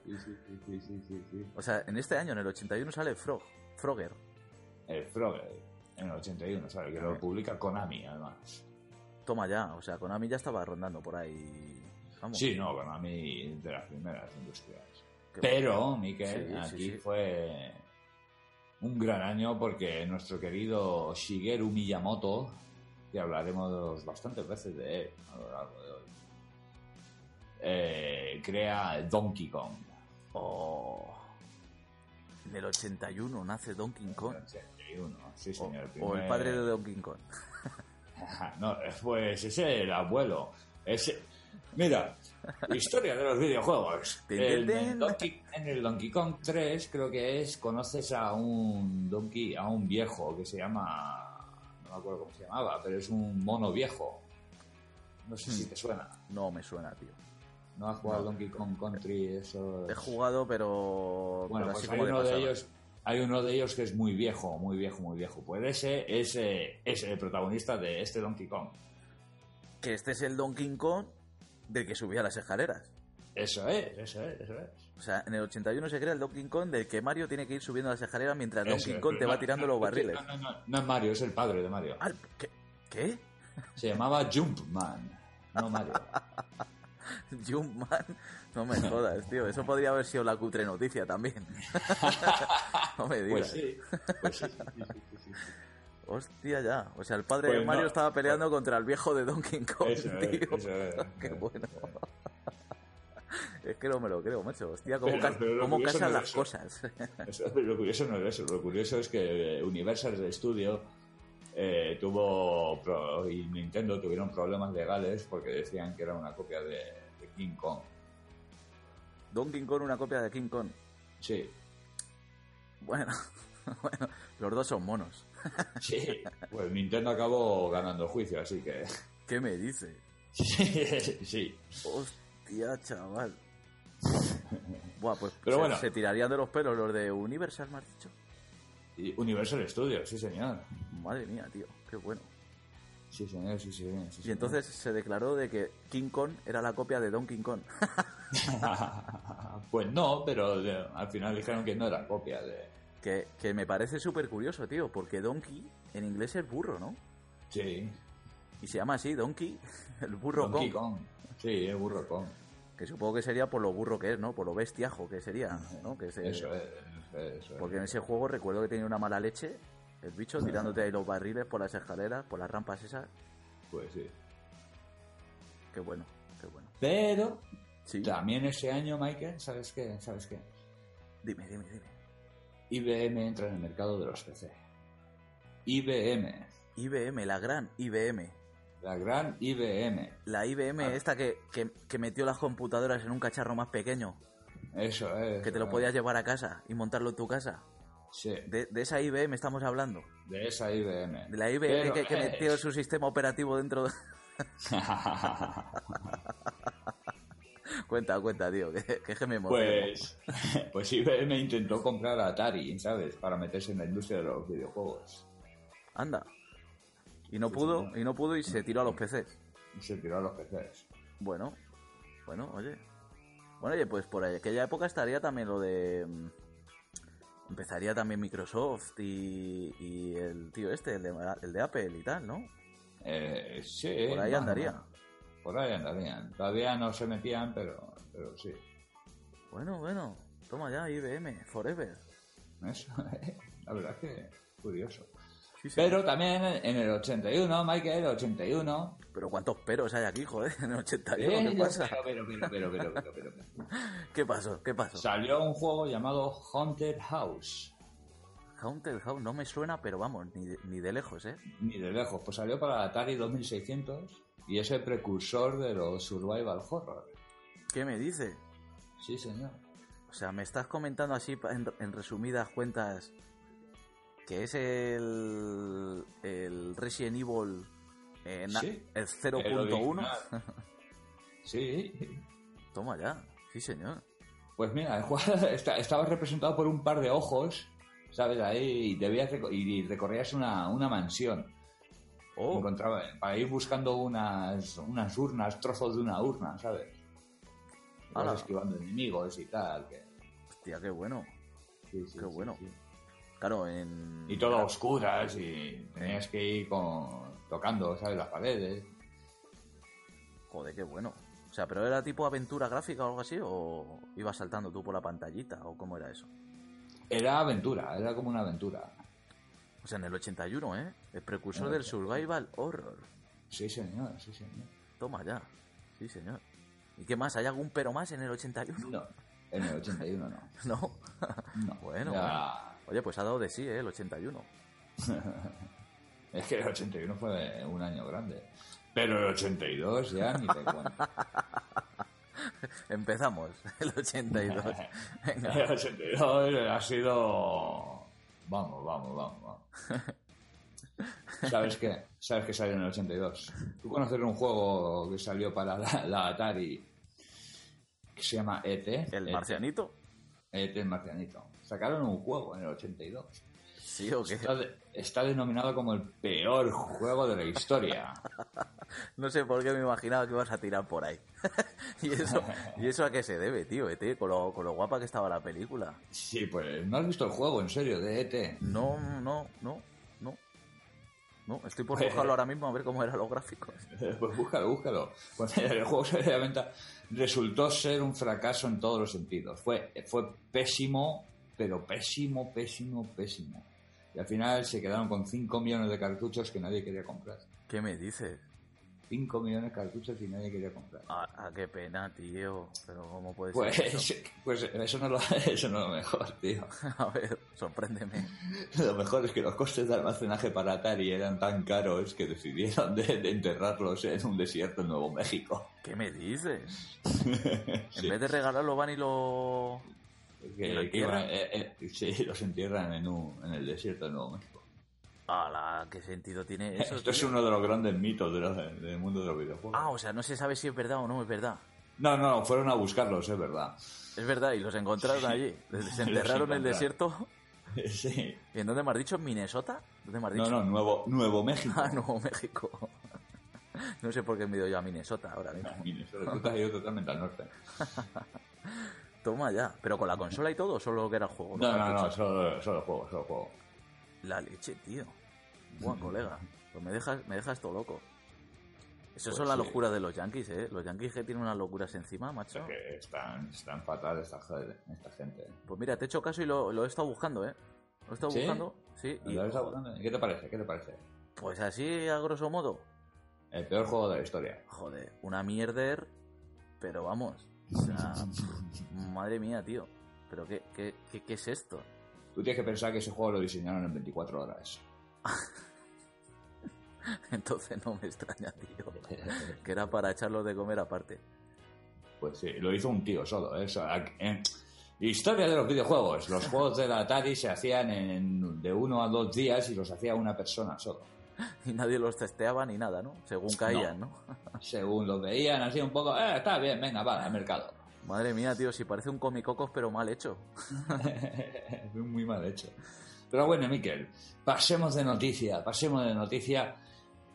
sí, sí, sí, sí, sí, sí.
O sea, en este año, en el 81, sale Frog, Frogger.
El Frogger. Eh, En el 81, ¿sabes? Que lo publica Konami, además.
Toma ya, o sea, Konami ya estaba rondando por ahí. Vamos.
Sí, no, Konami de las primeras industriales.
Qué
Pero,
bueno.
Miquel,
Sí, sí,
aquí
sí.
fue un gran año porque nuestro querido Shigeru Miyamoto, que hablaremos bastantes veces de él a lo largo de hoy, eh, crea Donkey Kong.
Oh. En el 81 nace Donkey Kong.
81, sí,
O,
señor.
o el
primer-
padre de Donkey Kong.
No, pues ese el abuelo. Ese... Mira, historia de los videojuegos.
Tin, tin,
En
tin.
el, Donkey, en el Donkey Kong 3 creo que es, conoces a un Donkey, a un viejo que se llama, no me acuerdo cómo se llamaba, pero es un mono viejo. No sé si te suena.
No me suena, tío.
¿No has jugado
Hmm. No.
Donkey Kong Country? Eso
He jugado, pero.
bueno,
pero
pues
así
hay
como de
uno de
pasada.
ellos, hay uno de ellos que es muy viejo, muy viejo, muy viejo. Pues ese es, eh, es el protagonista de este Donkey Kong.
Que este es el Donkey Kong del que subía las escaleras.
Eso es, eso es, eso es.
O sea, en el 81 se crea el Donkey Kong del que Mario tiene que ir subiendo las escaleras mientras
Eso
Donkey
es,
Kong te
pero
va
no,
tirando
no,
los
no,
barriles.
No, no, no es Mario, es el padre de Mario.
Ah, ¿Qué? ¿Qué?
Se llamaba Jumpman, no Mario.
Jumpman, no me jodas, tío. Eso podría haber sido la cutre noticia también. no me digas.
Pues sí, pues sí, sí, sí, sí, sí, sí.
Hostia, ya. O sea, el padre de
Pues
Mario
no.
estaba peleando contra el viejo de Donkey Kong,
Eso es,
tío.
eso es.
Qué
Eso
bueno.
es.
Es que no me lo creo, macho. Hostia, cómo,
Pero-
ca-
pero lo
cómo
curioso
casan
no es
las
eso.
cosas.
Eso- pero lo curioso no es eso, lo curioso es que eh, Universal Studio eh, tuvo pro- y Nintendo tuvieron problemas legales porque decían que era una copia de, de King Kong.
Donkey Kong, una copia de King Kong.
Sí,
Bueno, bueno, los dos son monos.
sí. Pues Nintendo acabó ganando el juicio, así que
¿Qué me dice?
sí.
Hostia, chaval. Buah, pues
Pero
se,
bueno.
se tirarían de los pelos los de Universal, me has dicho.
Y Universal Studios, sí señor.
Madre mía, tío, qué bueno.
Sí señor, sí señor. sí,
Y
señor.
entonces se declaró de que King Kong era la copia de Donkey Kong.
pues no, pero eh, al final dijeron que no era copia de...
que, que me parece súper curioso, tío, porque Donkey en inglés es burro, ¿no?
Sí.
Y se llama así, Donkey, el burro
Donkey
Kong.
Kong. Sí, es Burro Kong.
Que supongo que sería por lo burro que es, ¿no? Por lo bestiajo que sería, ¿no? Que se-
Ah, Eso es, eso es. Ah.
Porque en ese juego recuerdo que tenía una mala leche, el bicho tirándote ahí los barriles por las escaleras, por las rampas esas.
Pues sí.
Qué bueno, qué bueno.
Pero
Sí,
también ese año, Michael, ¿sabes qué? ¿Sabes qué?
dime, dime, dime.
IBM entra en el mercado de los PC. IBM,
IBM, la gran IBM.
la gran IBM.
La IBM
Ah.
esta que, que- que metió las computadoras en un cacharro más pequeño,
Eso es.
que te lo
eh,
podías llevar a casa y montarlo en tu casa.
Sí,
De, de esa IBM estamos hablando.
de esa IBM.
De la IBM
Pero
que, que
es-
metió su sistema operativo dentro de... cuenta, cuenta, tío, que, que es que me emociono.
Pues, pues IBM intentó comprar a Atari, ¿sabes? Para meterse en la industria de los videojuegos.
Anda. Y no pudo,
señor.
y no pudo y se tiró a los PCs.
Y se tiró a los PCs.
Bueno, bueno, oye. Bueno, oye, pues por aquella época estaría también lo de... mm, Empezaría también Microsoft y, y el tío este, el de, el de Apple y tal, ¿no?
Eh, sí.
Por ahí
más o
andaría.
menos. Por ahí andarían. Todavía no se metían, pero, pero sí.
Bueno, bueno, toma ya, IBM, Forever.
Eso, eh, la verdad es que curioso.
Sí, sí.
Pero también en el 81, Michael, el 81.
Pero cuántos peros hay aquí, joder, en el 81,
eh,
¿qué pasa?
Pero, pero, pero, pero, pero, pero, pero.
¿Qué pasó? ¿Qué pasó?
Salió un juego llamado Haunted House.
Haunted House no me suena, pero vamos, ni de, ni de lejos, ¿eh?
Ni de lejos, pues salió para Atari 2600 y es el precursor de los Survival Horror.
¿Qué me dice?
Sí, señor.
O sea, me estás comentando así pa- en, en resumidas cuentas que es el, el Resident Evil eh, na-
Sí.
el
El
0.1.
original. Sí,
Toma ya, sí señor.
Pues mira, el juego está- estaba representado por un par de ojos, ¿sabes? Ahí y, debías reco- y recorrías una, una mansión.
Oh,
Encontraba, para ir buscando unas, unas urnas, trozos de una urna, ¿sabes? Y vas
Ala.
esquivando enemigos y tal. que-
hostia, qué bueno.
sí, sí,
Qué
sí,
bueno.
sí.
Claro, en.
Y todo a oscuras y tenías que ir con, tocando, ¿sabes? Las paredes.
Joder, qué bueno. O sea, pero era tipo aventura gráfica o algo así, o ibas saltando tú por la pantallita, o cómo era eso.
Era aventura, era como una aventura.
O sea, en el 81, ¿eh? El precursor
En el
del
81.
survival horror.
Sí, señor, sí, señor.
Toma ya. Sí, señor. ¿Y qué más? ¿Hay algún pero más en el 81?
No, en el 81 no.
No.
No,
Bueno,
ya-
Oye, pues ha dado de sí, ¿eh? El 81.
Es que el 81 fue un año grande. Pero el 82 ya ni te cuento.
Empezamos. El 82. Venga.
El 82 ha sido... Vamos, vamos, vamos, vamos. ¿Sabes qué? ¿Sabes qué salió en el 82? ¿Tú conoces un juego que salió para la, la Atari que se llama E ET?
¿El
ET,
marcianito?
ET el E marcianito. Sacaron un juego en el 82.
Sí, o qué.
Está, de- está denominado como el peor juego de la historia.
No sé por qué me imaginaba que ibas a tirar por ahí. ¿Y eso, ¿Y eso a qué se debe, tío? ET, con, lo, con lo guapa que estaba la película.
Sí, pues no has visto el juego, en serio, de E ET.
No, no, no, no. No, estoy por buscarlo ahora mismo a ver cómo eran los gráficos.
Pues búscalo, búscalo. Cuando el juego salió a la venta, resultó ser un fracaso en todos los sentidos. Fue, fue pésimo, pero pésimo, pésimo, pésimo. Y al final se quedaron con 5 millones de cartuchos que nadie quería comprar.
¿Qué me dices?
5 millones de cartuchos y nadie quería comprar.
Ah, ah, qué pena, tío. Pero ¿cómo puede ser? eso?
Pues, pues eso, no es lo, eso no es lo mejor, tío.
A ver, sorpréndeme.
Lo mejor es que los costes de almacenaje para Atari eran tan caros que decidieron de, de enterrarlos en un desierto en Nuevo México.
¿Qué me dices?
Sí.
En vez de regalarlo, van y lo.
Que-
¿Lo
que
entierran?
iban- eh, eh, sí, los entierran en, un- en el desierto de Nuevo México.
¡Hala! ¿Qué sentido tiene eso?
Eh, Esto es
tío?
uno de los grandes mitos de los- del mundo de los videojuegos.
Ah, o sea, no se sabe si es verdad o no es verdad.
No, no, fueron a buscarlos, es verdad.
Es verdad, y los encontraron allí. Les enterraron en el
encontraron.
desierto.
Sí.
¿Y en dónde me has dicho? ¿En ¿Minnesota? ¿Dónde me has
No,
dicho?
no, Nuevo, Nuevo México.
Ah, Nuevo México. No sé por qué me he ido yo a Minnesota ahora mismo.
Minnesota, tú te has ido totalmente al norte.
Toma ya. ¿Pero con la consola y todo o solo que era el juego?
No, no, no, solo, solo juego, solo juego.
La leche, tío.
Mm.
Buah, colega. Pues me dejas, me dejas todo loco. Eso
Pues
son las
sí.
locuras de los yankees, ¿eh? Los yankees que tienen unas locuras encima, macho.
Que están, están fatal esta, gente- esta gente.
Pues mira, te he hecho caso y lo, lo he estado buscando, ¿eh? Lo he estado
¿Sí?
buscando, sí. y-
¿Lo habéis hablado? ¿Qué te parece? ¿Qué te parece?
pues así, a grosso modo.
El peor juego de la historia.
Joder, una mierder, pero vamos. O sea, madre mía, tío. ¿Pero qué, qué, qué, qué es esto?
Tú tienes que pensar que ese juego lo diseñaron en 24 horas.
Entonces no me extraña, tío. Que era para echarlos de comer aparte.
Pues sí, lo hizo un tío solo. ¿eh? O sea, en- Historia de los videojuegos. Los juegos de la Atari se hacían en, de uno a dos días y los hacía una persona solo.
Y nadie los testeaba ni nada, ¿no? Según caían, ¿no?
Según los veían así un poco, "Eh, está bien, venga, va, al mercado.
Madre mía, tío, si parece un comicocos, pero mal hecho.
Muy mal hecho. Pero bueno, Miquel, pasemos de noticia, pasemos de noticia.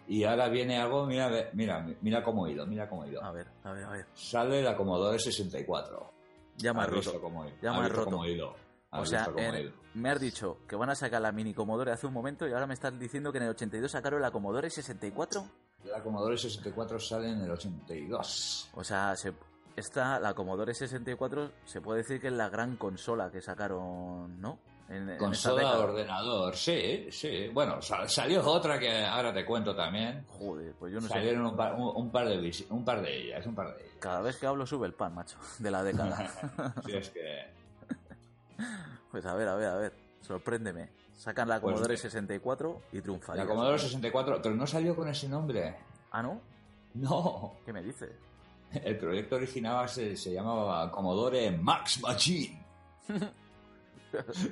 Y ahora viene algo, mira, ve- mira, mira cómo he ido, mira cómo he ido.
A ver, a ver, a ver.
Sale la Commodore 64.
Ya me has
Has visto
roto.
cómo he
Ya me
has
has
visto
roto.
cómo he ido. Has
O sea,
visto cómo
en-
he ido.
me has dicho que van a sacar la mini Commodore hace un momento y ahora me estás diciendo que en el 82 sacaron la Commodore 64.
La Commodore 64 sale en el 82.
O sea, se- esta, la Commodore 64 se puede decir que es la gran consola que sacaron, ¿no? En, en esta
Consola
década.
ordenador, sí, sí. Bueno, sal- salió otra que ahora te cuento también.
Joder, pues yo no sé.
Salieron un par, un, un par de, vis- un par de ellas, un par de ellas.
Cada vez que hablo sube el pan, macho, de la década.
Sí, es que...
pues a ver, a ver, a ver. Sorpréndeme. Sacan la
Pues-
Commodore 64 y triunfarías.
La Commodore 64, pero no salió con ese nombre.
Ah, ¿no?
No.
¿Qué me dices?
El proyecto original se, se llamaba Commodore Max Machine.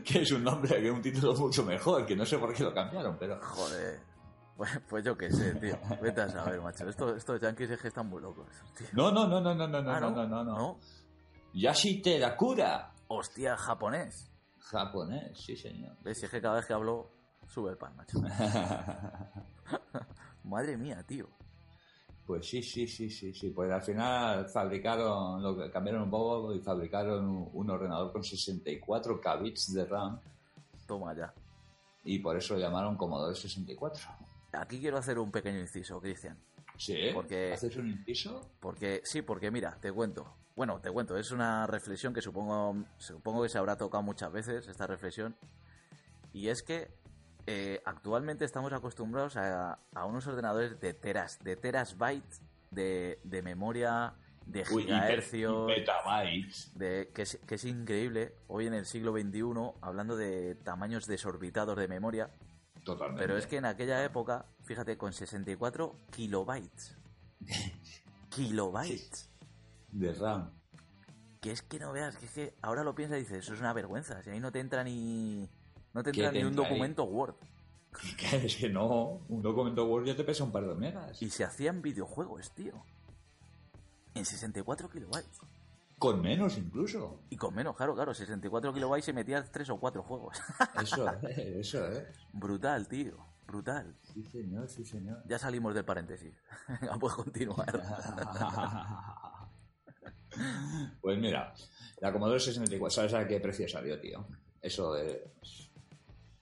que es un nombre, que es un título mucho mejor, que no sé por qué lo cambiaron, pero...
Joder. Pues, pues yo qué sé, tío. Vete a saber, macho. Estos, estos yankees es que están muy locos, tío.
No, no, no, no, no, no,
Ah,
no, no, no, no.
¿No?
Yashi Terakura.
Hostia, japonés.
Japonés, ¿eh? sí señor.
¿Ves? Si es que cada vez que hablo sube el pan, macho. Madre mía, tío.
Pues sí, sí, sí, sí, sí. Pues al final fabricaron, lo que cambiaron un poco y fabricaron un, un ordenador con 64 kbits de RAM
Toma ya.
Y por eso lo llamaron Commodore 64.
Aquí quiero hacer un pequeño inciso, Cristian.
Sí, ¿eh?
Porque-
haces un inciso.
Porque, sí, porque mira, te cuento. Bueno, te cuento, es una reflexión que supongo, supongo que se habrá tocado muchas veces, esta reflexión. Y es que eh, actualmente estamos acostumbrados a, a unos ordenadores de teras, de teras byte de, de memoria, de
Uy, y pe-
gigahercios,
y petabytes.
de, que, es, que es increíble. Hoy en el siglo XXI, hablando de tamaños desorbitados de memoria,
Totalmente.
pero es que en aquella época, fíjate, con 64 kilobytes. kilobytes.
De RAM.
Que es que no veas, que es que ahora lo piensas y dices, eso es una vergüenza. Si ahí no te entra ni. No te
¿Qué
entra
te
ni un
entra ahí?
documento Word.
Es que no, un documento Word ya te pesa un par de megas.
Y se hacían videojuegos, tío. En 64 kilobytes.
Con menos incluso.
Y con menos, claro, claro. 64 kilobytes se metían 3 o 4 juegos.
Eso es, eso es.
brutal, tío. Brutal.
Sí, señor, sí, señor.
Ya salimos del paréntesis. Venga, puedes continuar.
Pues mira, la Commodore 64, ¿sabes a qué precio salió, tío? Eso es...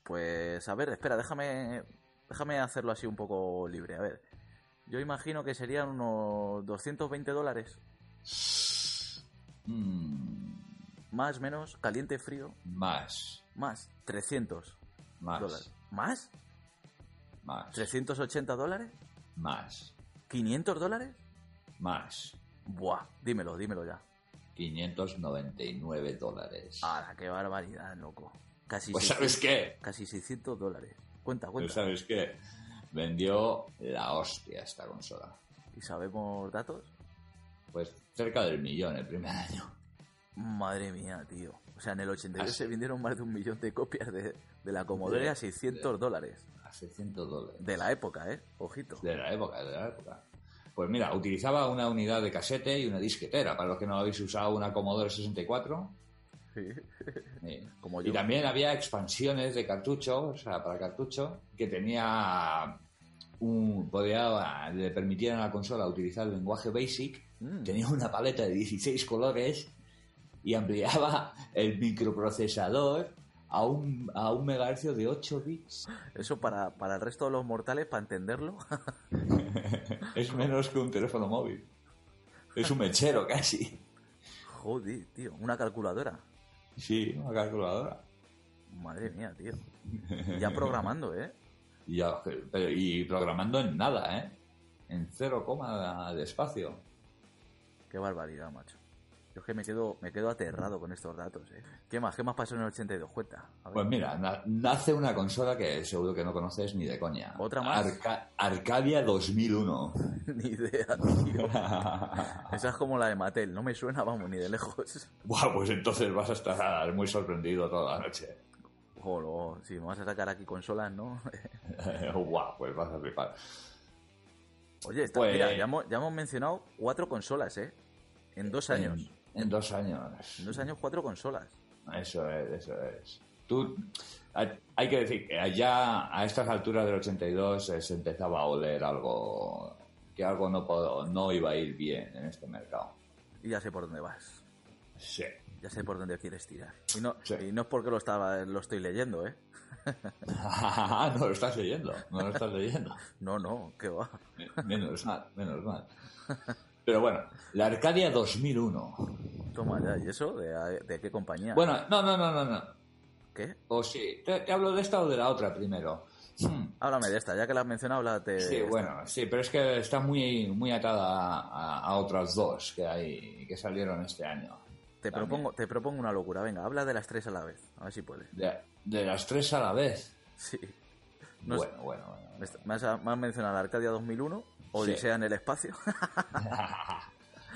Pues a ver, espera, déjame, déjame hacerlo así un poco libre. A ver, yo imagino que serían unos 220 dólares,
mm,
más, menos, caliente, frío,
más,
más, 300
más,
dólares. ¿Más?
más,
¿380 dólares?
más,
¿500 dólares?
más.
Buah, dímelo, dímelo ya.
599 dólares.
¡Hala, qué barbaridad, loco! Casi,
pues
600,
¿sabes qué?
casi 600 dólares. Cuenta,
Pues
cuenta.
¿sabes qué? Vendió la hostia esta consola.
¿Y sabemos datos?
Pues cerca del millón el primer año.
Madre mía, tío. O sea, en el 82
Así.
se vendieron más de un millón de copias de, de la Commodore
De-
a 600 dólares.
A 600 dólares.
De la época, ¿eh? Ojito.
De la época, de la época. Pues mira, utilizaba una unidad de casete y una disquetera. Para los que no habéis usado una Commodore 64.
Sí.
eh,
Como
Y
yo.
también había expansiones de cartucho, o sea, para cartucho, que tenía un. Podía, le permitían a la consola utilizar el lenguaje BASIC.
Mm.
Tenía una paleta de 16 colores y ampliaba el microprocesador a un, a un megahercio de 8 bits.
Eso para, para el resto de los mortales, para entenderlo. Ah,
Es menos que un teléfono móvil. Es un mechero casi.
Joder, tío. Una calculadora.
Sí, una calculadora.
Madre mía, tío. Ya programando, ¿eh?
Y, ya- pero- y programando en nada, ¿eh? En 0, coma de espacio.
Qué barbaridad, macho. Yo es que me quedo, me quedo aterrado con estos datos, ¿eh? ¿Qué más? ¿Qué más pasó en el 82? Cuenta. A ver.
Pues mira, na- nace una consola que seguro que no conoces ni de coña.
¿Otra más?
Arca- Arcadia 2001.
ni idea, tío. Esa es como la de Mattel. No me suena, vamos, ni de lejos.
Buah, pues entonces vas a estar muy sorprendido toda la noche.
Jolo, si me vas a sacar aquí consolas, ¿no?
Buah, pues vas a flipar.
Oye, esta-
Pues-
mira, ya hemos, ya hemos mencionado cuatro consolas, ¿eh? En dos años.
En, en dos años.
En dos años, cuatro consolas.
Eso es, eso es. Tú, hay- hay que decir que allá a estas alturas del 82 eh, se empezaba a oler algo, que algo no, pod- no iba a ir bien en este mercado.
Y ya sé por dónde vas.
Sí.
Ya sé por dónde quieres tirar. Y no,
Sí.
y no es porque lo, estaba, lo estoy leyendo, ¿eh?
no lo estás leyendo, no lo estás leyendo.
No, no, que va.
Menos mal, menos mal. Pero bueno, la Arcadia 2001.
Toma ya, ¿y eso? ¿De, de qué compañía?
Bueno, no, no, no, no, no.
¿Qué?
O sí, te, te hablo de esta o de la otra primero. Hmm.
Háblame de esta, ya que la has mencionado, háblate de
Sí,
esta.
bueno, sí, pero es que está muy, muy atada a, a otras dos que hay que salieron este año.
Te
también.
propongo, te propongo una locura, venga, habla de las tres a la vez, a ver si puedes.
De, de las tres a la vez.
Sí. No
bueno, bueno, bueno,
Me est- me has, me has mencionado la Arcadia 2001, Odisea en el espacio.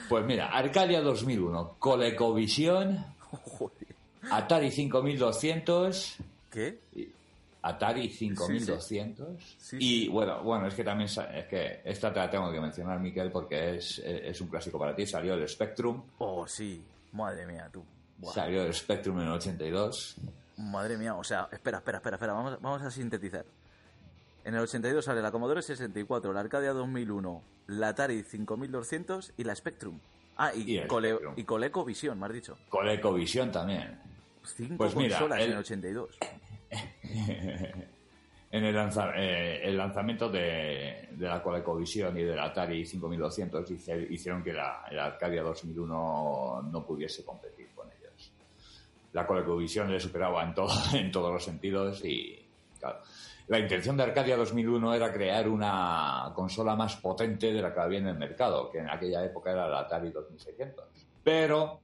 Pues mira, Arcadia 2001, ColecoVision,
Joder.
Atari 5200,
¿Qué?
y- Atari 5200
Sí,
y bueno, bueno, es que también sa- es que esta te la tengo que mencionar, Miquel, porque es, es un clásico para ti, salió el Spectrum,
Oh, sí. Madre mía, tú. Buah.
salió el Spectrum en el 82.
Madre mía, o sea, espera, espera, espera, espera, vamos, a- vamos a sintetizar. En el 82 sale la Commodore 64, la Arcadia 2001, la Atari 5200 y la Spectrum. Ah, y,
Y el
Cole-
Spectrum.
y ColecoVision, me has dicho.
ColecoVision también.
Cinco
Pues mira,
consolas
el-
en el 82.
en el, lanza- eh, el lanzamiento de, de la ColecoVision y del Atari 5200 hice- hicieron que la, el Arcadia 2001 no pudiese competir con ellos. La ColecoVision le superaba en, todo, en todos los sentidos y, claro, la intención de Arcadia 2001 era crear una consola más potente de la que había en el mercado, que en aquella época era la Atari 2600. Pero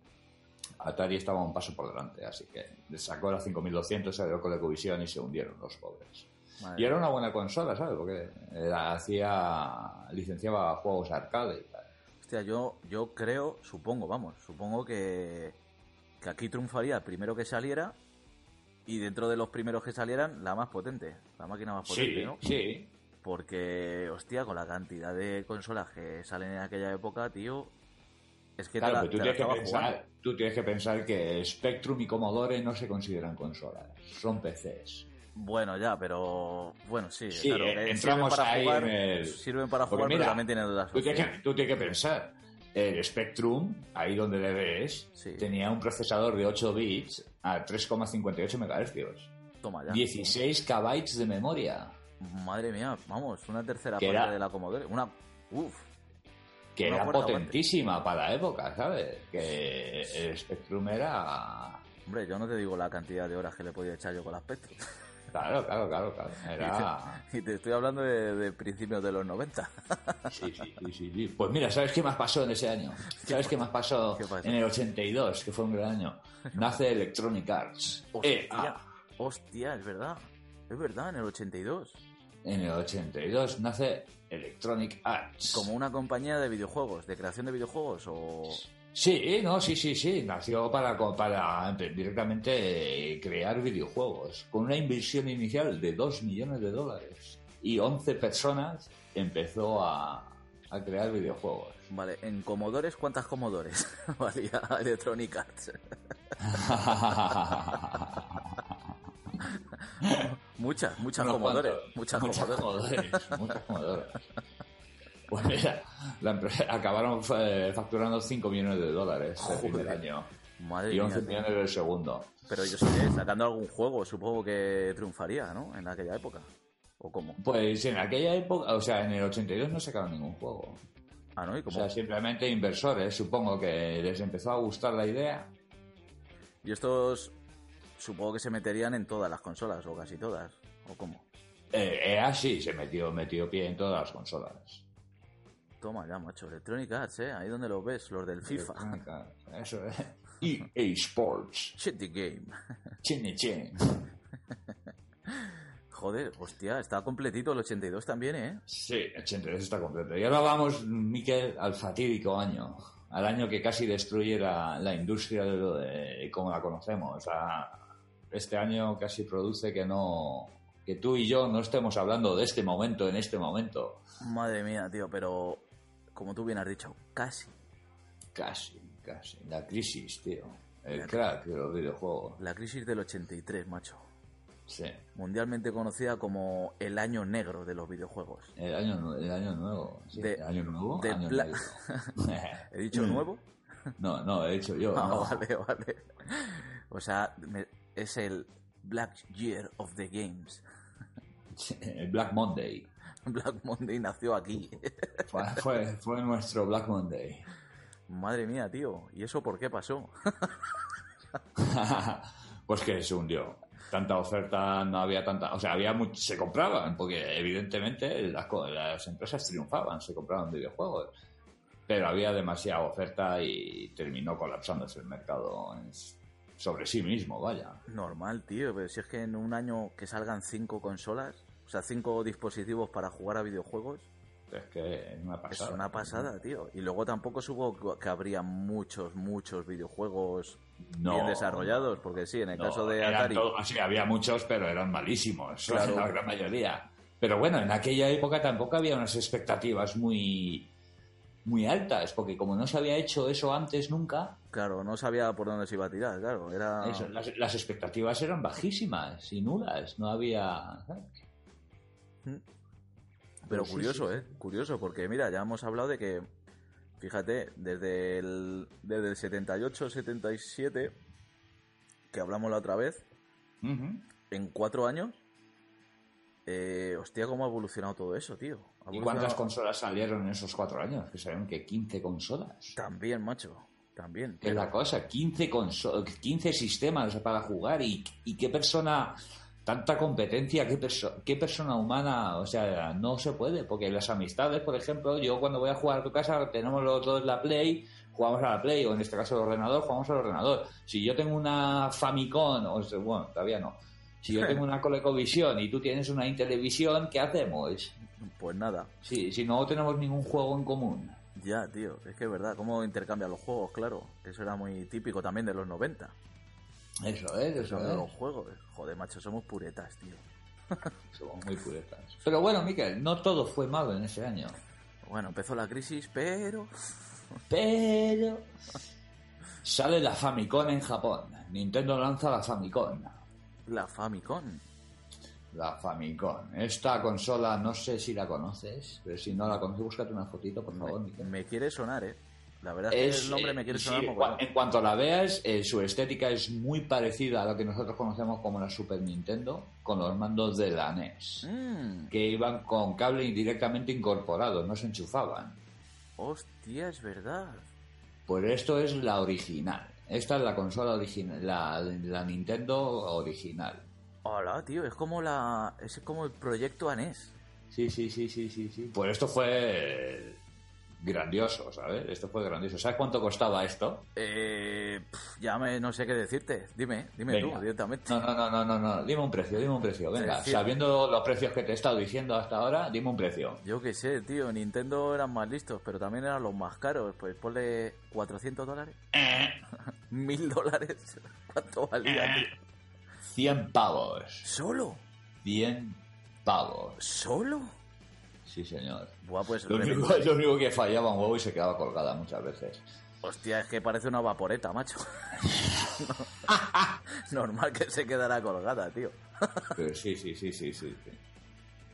Atari estaba un paso por delante, así que le sacó la 5200, salió con la Ecovisión y se hundieron los pobres.
Madre
Y era una buena consola, ¿sabes? Porque era- hacía, licenciaba juegos arcade y tal.
Hostia, yo, yo creo, supongo, vamos, supongo que, que aquí triunfaría el primero que saliera y dentro de los primeros que salieran, la más potente, la máquina más potente, ¿no?
sí.
Porque, hostia, con la cantidad de consolas que salen en aquella época, tío, es que
Claro,
te la,
pero
te
tú
la
tienes, que
acabas
pensar,
jugando.
tú tienes que pensar que Spectrum y Commodore no se consideran consolas, son PCs.
Bueno, ya, pero bueno, sí,
Sí,
claro, que
eh,
sirven
entramos
para
ahí
jugar,
en el-
sirven para
Porque
jugar,
mira,
pero también tienen otras
Tú tienes, que,
opciones.
tú tienes que pensar, el Spectrum, ahí donde le ves,
Sí.
tenía un procesador de 8 bits a 3,58 MHz.
Toma ya.
16 KB de memoria.
Madre mía, vamos, una tercera
Que
parte
era-
de la Commodore, una uf,
Que
Una
era
cuarta parte.
potentísima para la época, ¿sabes? Que el Spectrum era.
Hombre, yo no te digo la cantidad de horas que le he podido echar yo con las pestes.
Claro, claro, claro, claro. Era.
Y te estoy hablando de, de principios de los 90.
Sí, sí, sí, sí, sí. Pues mira, ¿sabes qué más pasó en ese año? ¿Sabes qué más pasó
¿Qué pasó?
en el 82, que fue un gran año? Nace Electronic Arts. Eh, ah, EA.
Hostia, hostia, es verdad. Es verdad, en el 82.
En el 82 nace Electronic Arts.
Como una compañía de videojuegos, de creación de videojuegos o...
Sí, no, sí, sí, sí. Nació para, co- para empre- directamente eh, crear videojuegos, con una inversión inicial de 2 millones de dólares. Y 11 personas empezó a, a crear videojuegos.
Vale, en Comodores, ¿cuántas Comodores? Valía Electronic Arts. Muchas, muchas
Unos
Comodores.
cuantos.
Muchas
muchas
Comodores.
Commodores, muchas Commodores. Pues mira, la empresa- acabaron eh, facturando 5 millones de dólares el primer
Joder.
año
Madre
y
mía.
11
tío.
millones el segundo.
Pero yo sé, sacando algún juego, supongo que triunfaría, ¿no? En aquella época. ¿O cómo?
Pues en aquella época, o sea, en el 82 no sacaron ningún juego.
Ah, ¿no? ¿Y
O
cómo?
sea, simplemente inversores, supongo que les empezó a gustar la idea.
Y estos supongo que se meterían en todas las consolas, o casi todas, o cómo.
Eh, EA sí se metió, metió pie en todas las consolas.
Toma ya, macho, Electronic Arts, ¿eh? Ahí donde los ves, los del FIFA.
Ah, Eso es. EA Sports.
Shitty Game.
Chin y chin.
Joder, hostia, está completito el 82 también, ¿eh?
Sí, 83 está completo. Y ahora vamos, Miquel, al fatídico año. Al año que casi destruye la, la industria de, lo de- como la conocemos. O sea, este año casi produce que no. que tú y yo no estemos hablando de este momento en este momento.
Madre mía, tío, pero como tú bien has dicho, casi.
Casi, casi. La crisis, tío. El crack de los videojuegos.
La crisis del 83, macho.
Sí.
Mundialmente conocida como el año negro de los videojuegos.
El año, nu- el año nuevo. Sí,
De-
el año nuevo.
de
año
pla-
negro.
¿He dicho nuevo?
No, no, he hecho yo.
Ah,
no.
vale, vale. O sea, me- es el Black Year of the Games.
El Black Monday.
Black Monday nació aquí.
Fue, fue, fue nuestro Black Monday.
Madre mía, tío. ¿Y eso por qué pasó?
pues que se hundió. Tanta oferta, no había tanta. O sea, había much- se compraban, porque evidentemente las, co- las empresas triunfaban, se compraban videojuegos. Pero había demasiada oferta y terminó colapsándose el mercado en- sobre sí mismo, vaya.
Normal, tío. Pero si es que en un año que salgan cinco consolas, o sea, cinco dispositivos para jugar a videojuegos,
Es que es una
es
pasada.
una pasada, tío. Y luego tampoco supongo que habría muchos, muchos videojuegos
No.
bien desarrollados. Porque sí, en el
No,
caso de
eran
Atari.
todo- sí, había muchos, pero eran malísimos,
Claro.
la gran mayoría. Pero bueno, en aquella época tampoco había unas expectativas muy, muy altas, porque como no se había hecho eso antes nunca,
Claro, no sabía por dónde se iba a tirar, claro. Era.
eso, las, las expectativas eran bajísimas y nulas, no había...
Pero
Sí,
curioso,
sí,
¿eh? Curioso, porque mira, ya hemos hablado de que, fíjate, desde el, desde el 78, 77, que hablamos la otra vez,
Ujú.
en cuatro años. Eh, hostia, cómo ha evolucionado todo eso, tío. Ha
¿Y cuántas
evolucionado-
consolas salieron en esos cuatro años? Que salieron que 15 consolas.
También, macho. También.
Que es la cosa, 15, conso- 15 sistemas para jugar y, y qué persona, tanta competencia, qué, perso- qué persona humana, o sea, no se puede, porque las amistades, por ejemplo, yo cuando voy a jugar a tu casa, tenemos los dos la Play, jugamos a la Play, o en este caso el ordenador, jugamos al ordenador. Si yo tengo una Famicom, o sea, bueno, todavía no. Si yo tengo una ColecoVision y tú tienes una Intelevisión, ¿qué hacemos?
Pues nada.
Sí, si no tenemos ningún juego en común.
Ya, tío. Es que es verdad. Cómo intercambian los juegos, claro. Que eso era muy típico también de los 90.
Eso es, eso
Intercambiar
es.
los juegos. Joder, macho, somos puretas, tío.
Somos muy puretas. Pero bueno, Miquel, no todo fue malo en ese año.
Bueno, empezó la crisis, pero...
Pero sale la Famicom en Japón. Nintendo lanza la Famicom.
La Famicom.
La Famicom. Esta consola no sé si la conoces, pero si no la conoces, búscate una fotito, por favor, Miquel.
Me quiere sonar, eh. La verdad es, que el nombre me quiere
eh,
sonar
sí,
mogollón.
cua- en cuanto la veas, eh, su estética es muy parecida a lo que nosotros conocemos como la Super Nintendo, con los mandos de la NES,
Mm,
que iban con cable directamente incorporado, no se enchufaban.
hostia, es verdad.
Pues esto es la original. Esta es la consola original, la, la Nintendo original.
Hola, tío, es como la. Es como el proyecto Anés.
Sí, sí, sí, sí, sí, sí. Pues esto fue grandioso, ¿sabes? Esto fue grandioso. ¿Sabes cuánto costaba esto?
Eh, pf, ya me, no sé qué decirte. Dime, dime
Venga.
tú directamente.
No, no, no, no, no, no. Dime un precio, dime un precio. Venga,
Precio.
sabiendo los precios que te he estado diciendo hasta ahora, dime un precio.
Yo qué sé, tío, Nintendo eran más listos, pero también eran los más caros. Pues ponle 400 dólares.
Eh.
¿Mil dólares? ¿Cuánto valía, tío?
100 pavos.
¿Solo?
100 pavos.
¿Solo?
Sí, señor.
Buah, pues.
Lo único,
reventar-
lo único que fallaba un huevo y se quedaba colgada muchas veces.
Hostia, es que parece una vaporeta, macho. Normal que se quedara colgada, tío.
Pero sí, sí, sí, sí, sí. sí.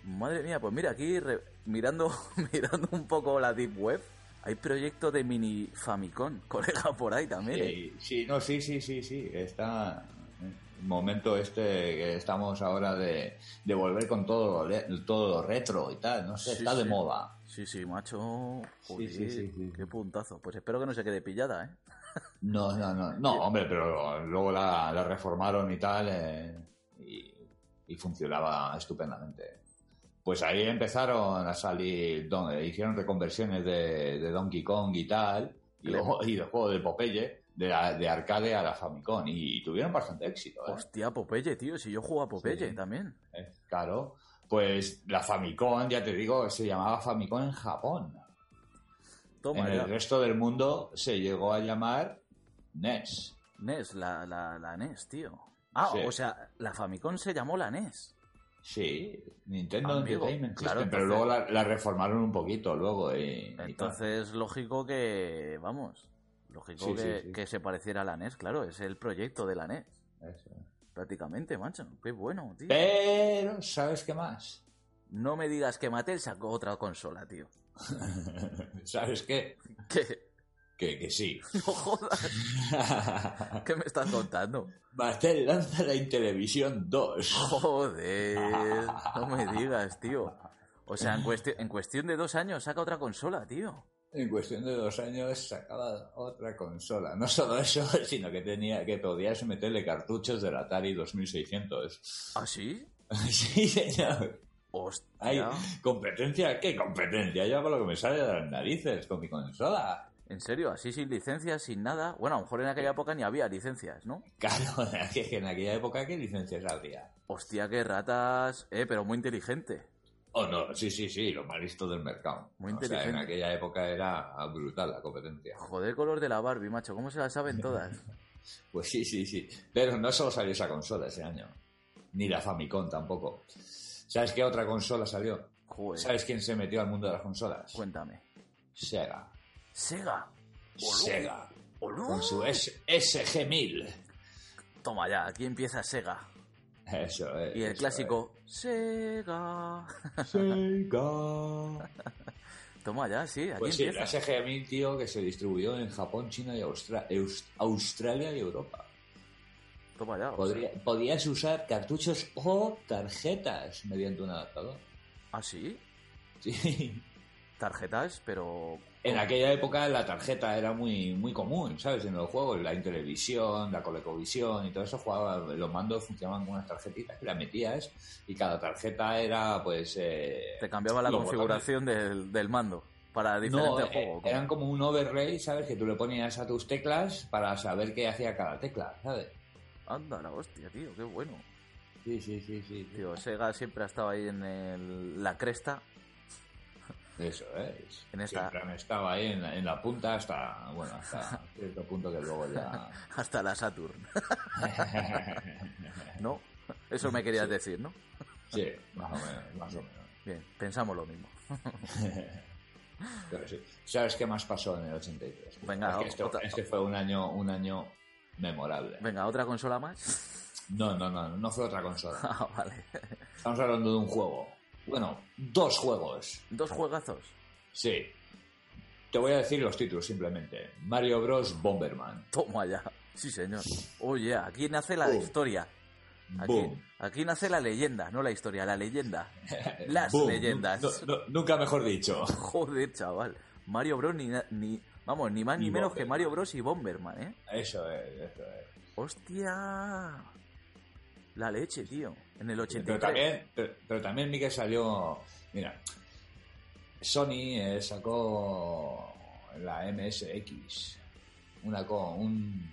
Madre mía, pues mira, aquí re- mirando, mirando un poco la Deep Web, hay proyecto de mini Famicom, colega por ahí también. ¿eh?
Sí, sí, no, sí, sí, sí, sí. Está el momento este que estamos ahora de, de volver con todo lo, le- todo lo retro y tal. No sé,
Sí,
está de
sí.
moda.
Sí, sí, macho. Joder,
sí, sí, sí.
Qué puntazo. Pues espero que no se quede pillada, ¿eh?
No, no, no. No, hombre, pero luego la, la reformaron y tal eh, y, y funcionaba estupendamente. Pues ahí empezaron a salir, don- eh, hicieron reconversiones de, de Donkey Kong y tal, y,
Claro.
luego- y del juego de Popeye, de, la- de arcade a la Famicom, y tuvieron bastante éxito. ¿eh?
Hostia, Popeye, tío. Si yo juego a Popeye
Sí.
también.
Eh, Claro, pues la Famicom, ya te digo, se llamaba Famicom en Japón.
Toma,
en
ya.
el resto del mundo se llegó a llamar E NES.
NES, E la, la, la NES, tío. Ah,
Sí.
o sea, la Famicom se llamó la E NES.
Sí, Nintendo
Amigo,
Entertainment
claro,
System, pero
entonces-
luego la, la reformaron un poquito luego y, y tal.
Entonces, lógico que. Vamos. Lógico
Sí, sí,
que,
sí.
que se pareciera a la NES, claro. Es el proyecto de la NES.
Eso.
Prácticamente, macho. Qué bueno, tío.
Eh. Pero, ¿sabes qué más?
No me digas que Mattel sacó otra consola, tío.
¿Sabes qué?
¿Qué?
Que, que sí.
No jodas. ¿Qué me estás contando?
Mattel lanza la Intelevisión
Oh,
2.
Joder. No me digas, tío. O sea, en, cuesti- en cuestión de dos años saca otra consola, tío.
En cuestión de dos años sacaba otra consola. No solo eso, sino que tenía que podías meterle cartuchos del Atari 2600.
¿Ah, sí?
sí, señor.
Hostia.
Ay, competencia, ¿qué competencia? Yo hago lo que me sale de las narices con mi consola.
¿En serio? Así sin licencias, sin nada. Bueno, a lo mejor en aquella época ni había licencias, ¿no?
Claro, es que en aquella época, ¿qué licencias habría?
Hostia, qué ratas. Eh, pero muy inteligente.
Oh, no, sí, sí, sí, lo más listo del mercado.
Muy
O sea, en
inteligente.
aquella época era brutal la competencia.
Joder, color de la Barbie, macho. ¿Cómo se la saben todas?
Pues sí, sí, sí. Pero no solo salió esa consola ese año. Ni la Famicom tampoco. ¿Sabes qué otra consola salió?
Joder.
¿Sabes quién se metió al mundo de las consolas?
Cuéntame.
Sega.
Sega. Pues
Sega.
¡Olú!
Con su S- SG-1000.
Toma ya, aquí empieza Sega.
Eso es.
Y el
eso
clásico, Sega.
es. Sega.
Toma ya, sí, aquí
Pues sí, la
empieza.
SG-1000, tío, que se distribuyó en Japón, China y Austra- Eus- Australia y Europa.
Toma ya. o sea,
Podría- podías usar cartuchos o tarjetas mediante un adaptador.
Ah, sí.
Sí.
Tarjetas, pero.
En aquella época la tarjeta era muy, muy común, ¿sabes? En los juegos, la Intelevisión, la Colecovisión y todo eso, jugaba, los mandos funcionaban con unas tarjetitas que las metías y cada tarjeta era, pues... eh,
Te cambiaba la
los botones.
configuración del, del mando para
No,
diferentes
eh,
juegos.
eran como un overlay, ¿sabes? Que tú le ponías a tus teclas para saber qué hacía cada tecla, ¿sabes?
Anda, la hostia, tío, qué bueno.
Sí, sí, sí, sí. sí.
Tío, Sega siempre ha estado ahí en el- la cresta.
Eso ¿eh? es.
En esta-
Siempre han estado ahí en la, en la punta hasta, bueno, hasta cierto punto que luego ya...
Hasta la Saturn. ¿No? Eso me querías decir, ¿no?
Sí, más o menos, más o menos.
Bien, pensamos lo mismo.
Pero sí. ¿Sabes qué más pasó en el 83?
Venga,
Es que esto-
otra-
este fue un año, un año memorable.
Venga, otra consola más.
No, no, no, no fue otra consola.
Ah, vale.
Estamos hablando de un juego. Bueno, dos juegos.
Dos juegazos.
Sí. Te voy a decir los títulos simplemente. Mario Bros. Bomberman.
Toma ya. Sí, señor. Oye, aquí nace la
Boom.
historia. Aquí,
Boom.
aquí nace la leyenda, no la historia, la leyenda. Las
Boom.
leyendas.
No, no, nunca mejor dicho.
Joder, chaval. Mario Bros. ni, na- ni- Vamos, ni más ni,
Ni
menos que
Bomberman.
Mario Bros. y Bomberman, ¿eh?
Eso es, eso es.
¡Hostia! La leche, tío. En el
Pero
83.
también, pero, pero también Miguel salió. Mira, Sony eh, sacó la MSX, una co- un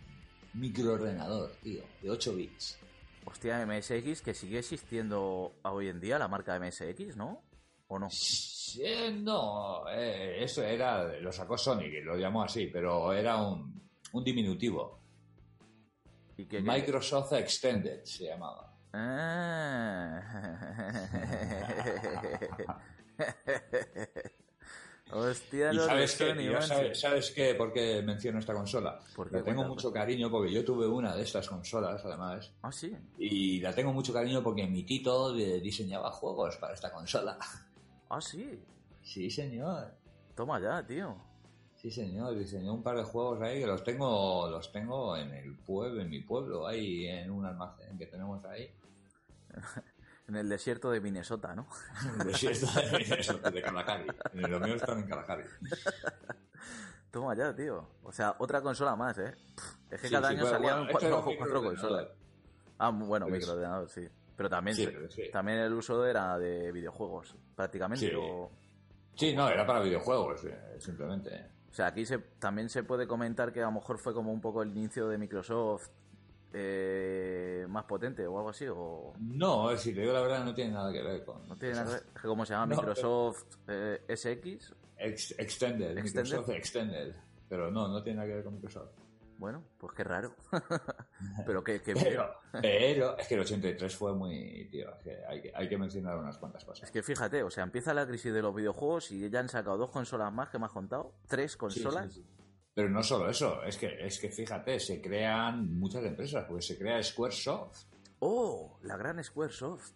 microordenador, tío, de 8 bits.
Hostia, MSX, que sigue existiendo a hoy en día la marca MSX, ¿no? ¿O no?
Eh, no, eh, eso era, lo sacó Sony, que lo llamó así, pero era un, un diminutivo.
¿Y qué- qué-
Microsoft Extended se llamaba.
Ah. Hostia,
¿Y
lo
sabes
de
qué?
Sony,
¿Y
Banshee.
sabes, sabes qué? ¿Por qué menciono esta consola?
¿Por qué?
La tengo
Cuenta,
mucho cariño porque yo tuve una de estas consolas, además.
Ah, sí.
Y la tengo mucho cariño porque mi tito eh, diseñaba juegos para esta consola.
Ah, sí.
Sí, señor.
Toma ya, tío.
Sí, señor. Diseñó un par de juegos ahí que los tengo, los tengo en el pueblo, en mi pueblo, ahí en un almacén que tenemos ahí.
En el desierto de Minnesota, ¿no?
En el desierto de, de Kalahari. En Los míos están en Kalahari.
Toma ya, tío. O sea, otra consola más, ¿eh? Pff, Es que
Sí,
cada
sí,
año
bueno,
salían
bueno, esto
cuatro,
era un
cuatro consolas. Ah, bueno,
Pero es-
microordenador, sí. Pero también,
Sí,
se-
pero sí.
también el uso era de videojuegos, prácticamente.
Sí.
o-
Sí, no, era para videojuegos, eh, simplemente.
O sea, aquí se, también se puede comentar que a lo mejor fue como un poco el inicio de Microsoft eh, más potente o algo así, o
No, si te digo la verdad, no tiene nada que ver con.
no tiene nada que ver. Es que ¿Cómo se llama?
No, pero-
Microsoft eh, SX.
Ex- extended,
Extended.
Microsoft Extended. Pero no, no tiene nada que ver con Microsoft.
Bueno, pues qué raro. Pero qué, qué bien.
Pero, pero es que el 83 fue muy, tío, es que hay, que hay que mencionar unas cuantas
Es
cosas.
que fíjate, o sea, empieza la crisis de los videojuegos y ya han sacado dos consolas más que me has contado, tres
Sí,
consolas.
sí, sí. Pero no solo eso, es que, es que fíjate, se crean muchas empresas, porque se crea Squaresoft.
¡Oh! La gran Squaresoft.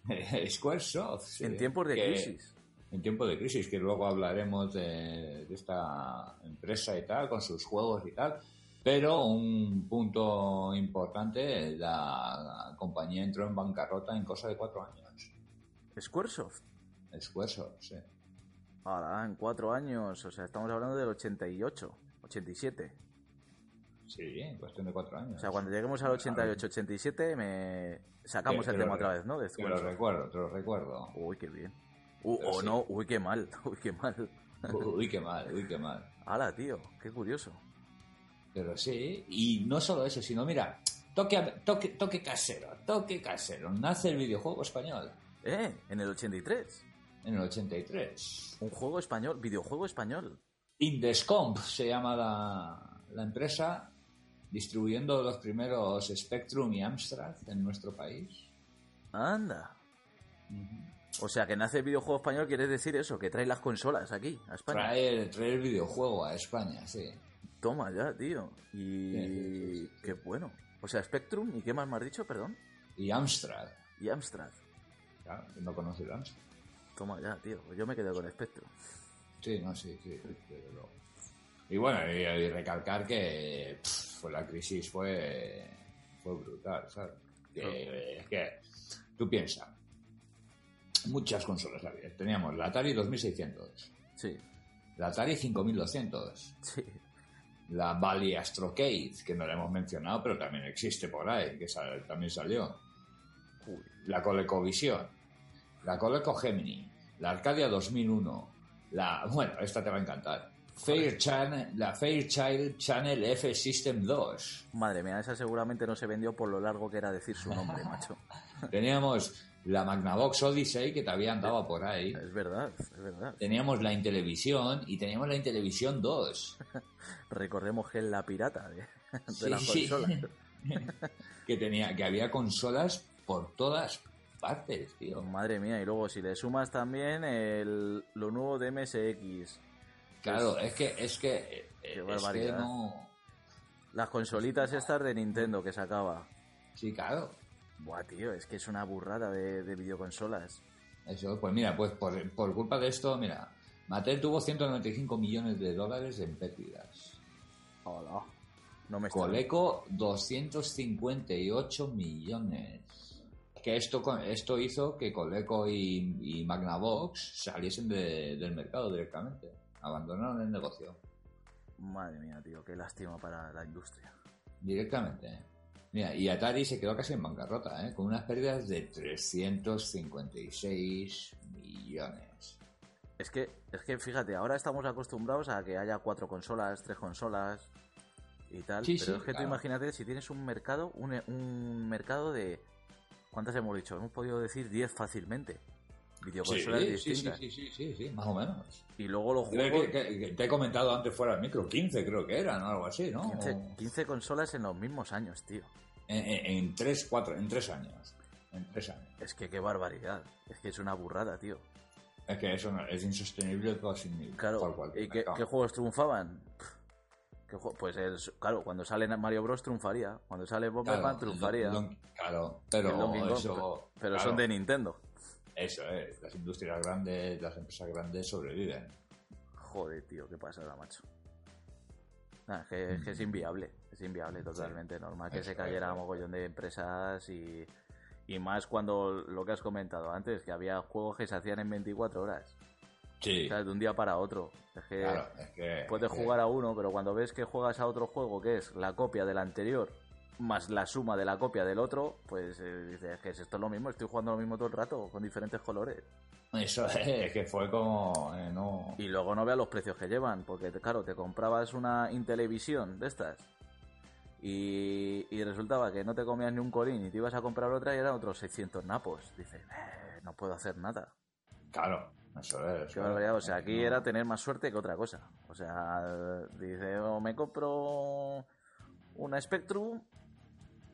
Squaresoft. sí.
en tiempos de
Que-
crisis.
En tiempo de crisis, que luego hablaremos de, de esta empresa y tal, con sus juegos y tal. Pero un punto importante, la compañía entró en bancarrota en cosa de cuatro años.
Squaresoft.
Squaresoft, sí.
Ahora, en cuatro años, o sea, estamos hablando del 88, 87.
Sí, en cuestión de cuatro años.
O sea, cuando lleguemos al 88, 87, me sacamos
Te-
el
te lo
tema
re-
otra vez, ¿no? De
Te lo
Squaresoft.
recuerdo, te lo recuerdo.
Uy, qué bien. U-
Pero
o
sí.
no, uy, qué mal, uy, qué mal.
Uy, qué mal, uy, qué mal.
Hala, tío, qué curioso.
Pero sí, y no solo eso, sino mira, toque, a- toque, toque casero, toque casero. Nace el videojuego español
Eh, en el 83.
en el 83.
Un juego español, videojuego español.
Indescomp se llama la, la empresa, distribuyendo los primeros Spectrum y Amstrad en nuestro país.
Anda. O sea, que nace el videojuego español quiere decir eso, que trae las consolas aquí, a España.
Trae, trae el videojuego a España, sí.
Toma ya, tío. Y
Sí, sí, sí, sí.
qué bueno. O sea, Spectrum, ¿y qué más me has dicho? Perdón.
Y Amstrad.
Y Amstrad.
Claro, no conoce el Amstrad.
Toma ya, tío. Yo me quedo con Spectrum.
Sí, no, sí, sí, desde luego. Y bueno, y, y recalcar que pff, pues fue la crisis fue, fue brutal, ¿sabes? Que- es que tú piensas, muchas consolas había. Teníamos la Atari 2600,
Sí,
la Atari 5200,
sí.
la Bally Astrocade, que no la hemos mencionado, pero también existe por ahí, que sa- también salió. La ColecoVision, la Coleco Gemini, la Arcadia 2001, la... Bueno, esta te va a encantar. Fairchild, la Fairchild Channel F System 2.
Madre mía, esa seguramente no se vendió por lo largo que era decir su nombre, macho.
Teníamos la Magnavox Odyssey, que todavía andaba por ahí.
Es verdad, es verdad.
Teníamos la Intelevisión y teníamos la Intelevisión 2.
Recordemos que es la pirata ¿eh? de, de
Sí,
las
sí.
consolas.
que tenía que había consolas por todas partes, tío.
Madre mía, y luego si le sumas también el, lo nuevo de MSX,
Claro, es que es que eh,
Qué
es que
barbaridad.
no,
las consolitas estas de Nintendo que sacaba.
sí, claro.
Buah, tío, es que es una burrada de, de videoconsolas.
Eso, pues mira, pues por, por culpa de esto, mira, Mattel tuvo 195 millones de dólares en pérdidas.
Hola. No me extraña.
Coleco 258 millones. Que esto, con- esto hizo que Coleco y, y Magnavox saliesen de- del mercado directamente. Abandonaron el negocio.
Madre mía, tío, qué lástima para la industria.
Directamente. ¿eh? Mira, y Atari se quedó casi en bancarrota, ¿eh? con unas pérdidas de 356 millones.
Es que, es que fíjate, ahora estamos acostumbrados a que haya cuatro consolas, tres consolas y tal.
Sí,
pero
sí,
es que
claro.
tú imagínate si tienes un mercado, un, un mercado de. ¿Cuántas hemos dicho? Hemos podido decir 10 fácilmente. Videoconsolas
sí, sí,
Pues distintas.
sí, sí, sí, sí, más o menos.
Y luego los
Creo
juegos.
que, que- que te he comentado antes fuera del micro, 15 creo que eran, o algo así, ¿no?
15, 15 consolas en los mismos años, tío.
En, en- en tres, cuatro, en tres años. En tres años.
Es que qué barbaridad. Es que es una burrada, tío.
Es que eso no- es insostenible por, sí mismo, por
Claro.
cualquier
¿Y qué,
mercado.
qué juegos triunfaban? Pff, ¿Qué jue- Pues el, claro, cuando sale Mario Bros triunfaría. Cuando sale Bomberman
Claro,
triunfaría.
el Don- claro,
el Donkey
pero
Kong,
eso...
pero
claro,
son de Nintendo.
Eso es, las industrias grandes, las empresas grandes sobreviven.
Joder, tío, qué pasada, macho. Nah, es, que, es que es inviable, es inviable totalmente. Normal que
Mm. Eso
se
es,
cayera
eso es.
mogollón de empresas y, y más cuando lo que has comentado antes, que había juegos que se hacían en 24 horas,
Sí,
o sea, de un día para otro. Es que
claro, Eh, es que...
puedes
es que-
jugar a uno, pero cuando ves que juegas a otro juego que es la copia del anterior más la suma de la copia del otro, pues eh, dices, es que es esto es lo mismo, estoy jugando lo mismo todo el rato, con diferentes colores.
Eso es, es que fue como... eh, no...
Y luego no veas los precios que llevan, porque te- claro, te comprabas una Intelevisión de estas y, y resultaba que no te comías ni un colín y te ibas a comprar otra y eran otros 600 napos. Dices, "Eh, no puedo hacer nada.
Claro, eso es.
Qué
claro.
barbaridad, O sea, aquí
No.
era tener más suerte que otra cosa. O sea, dice, o me compro una Spectrum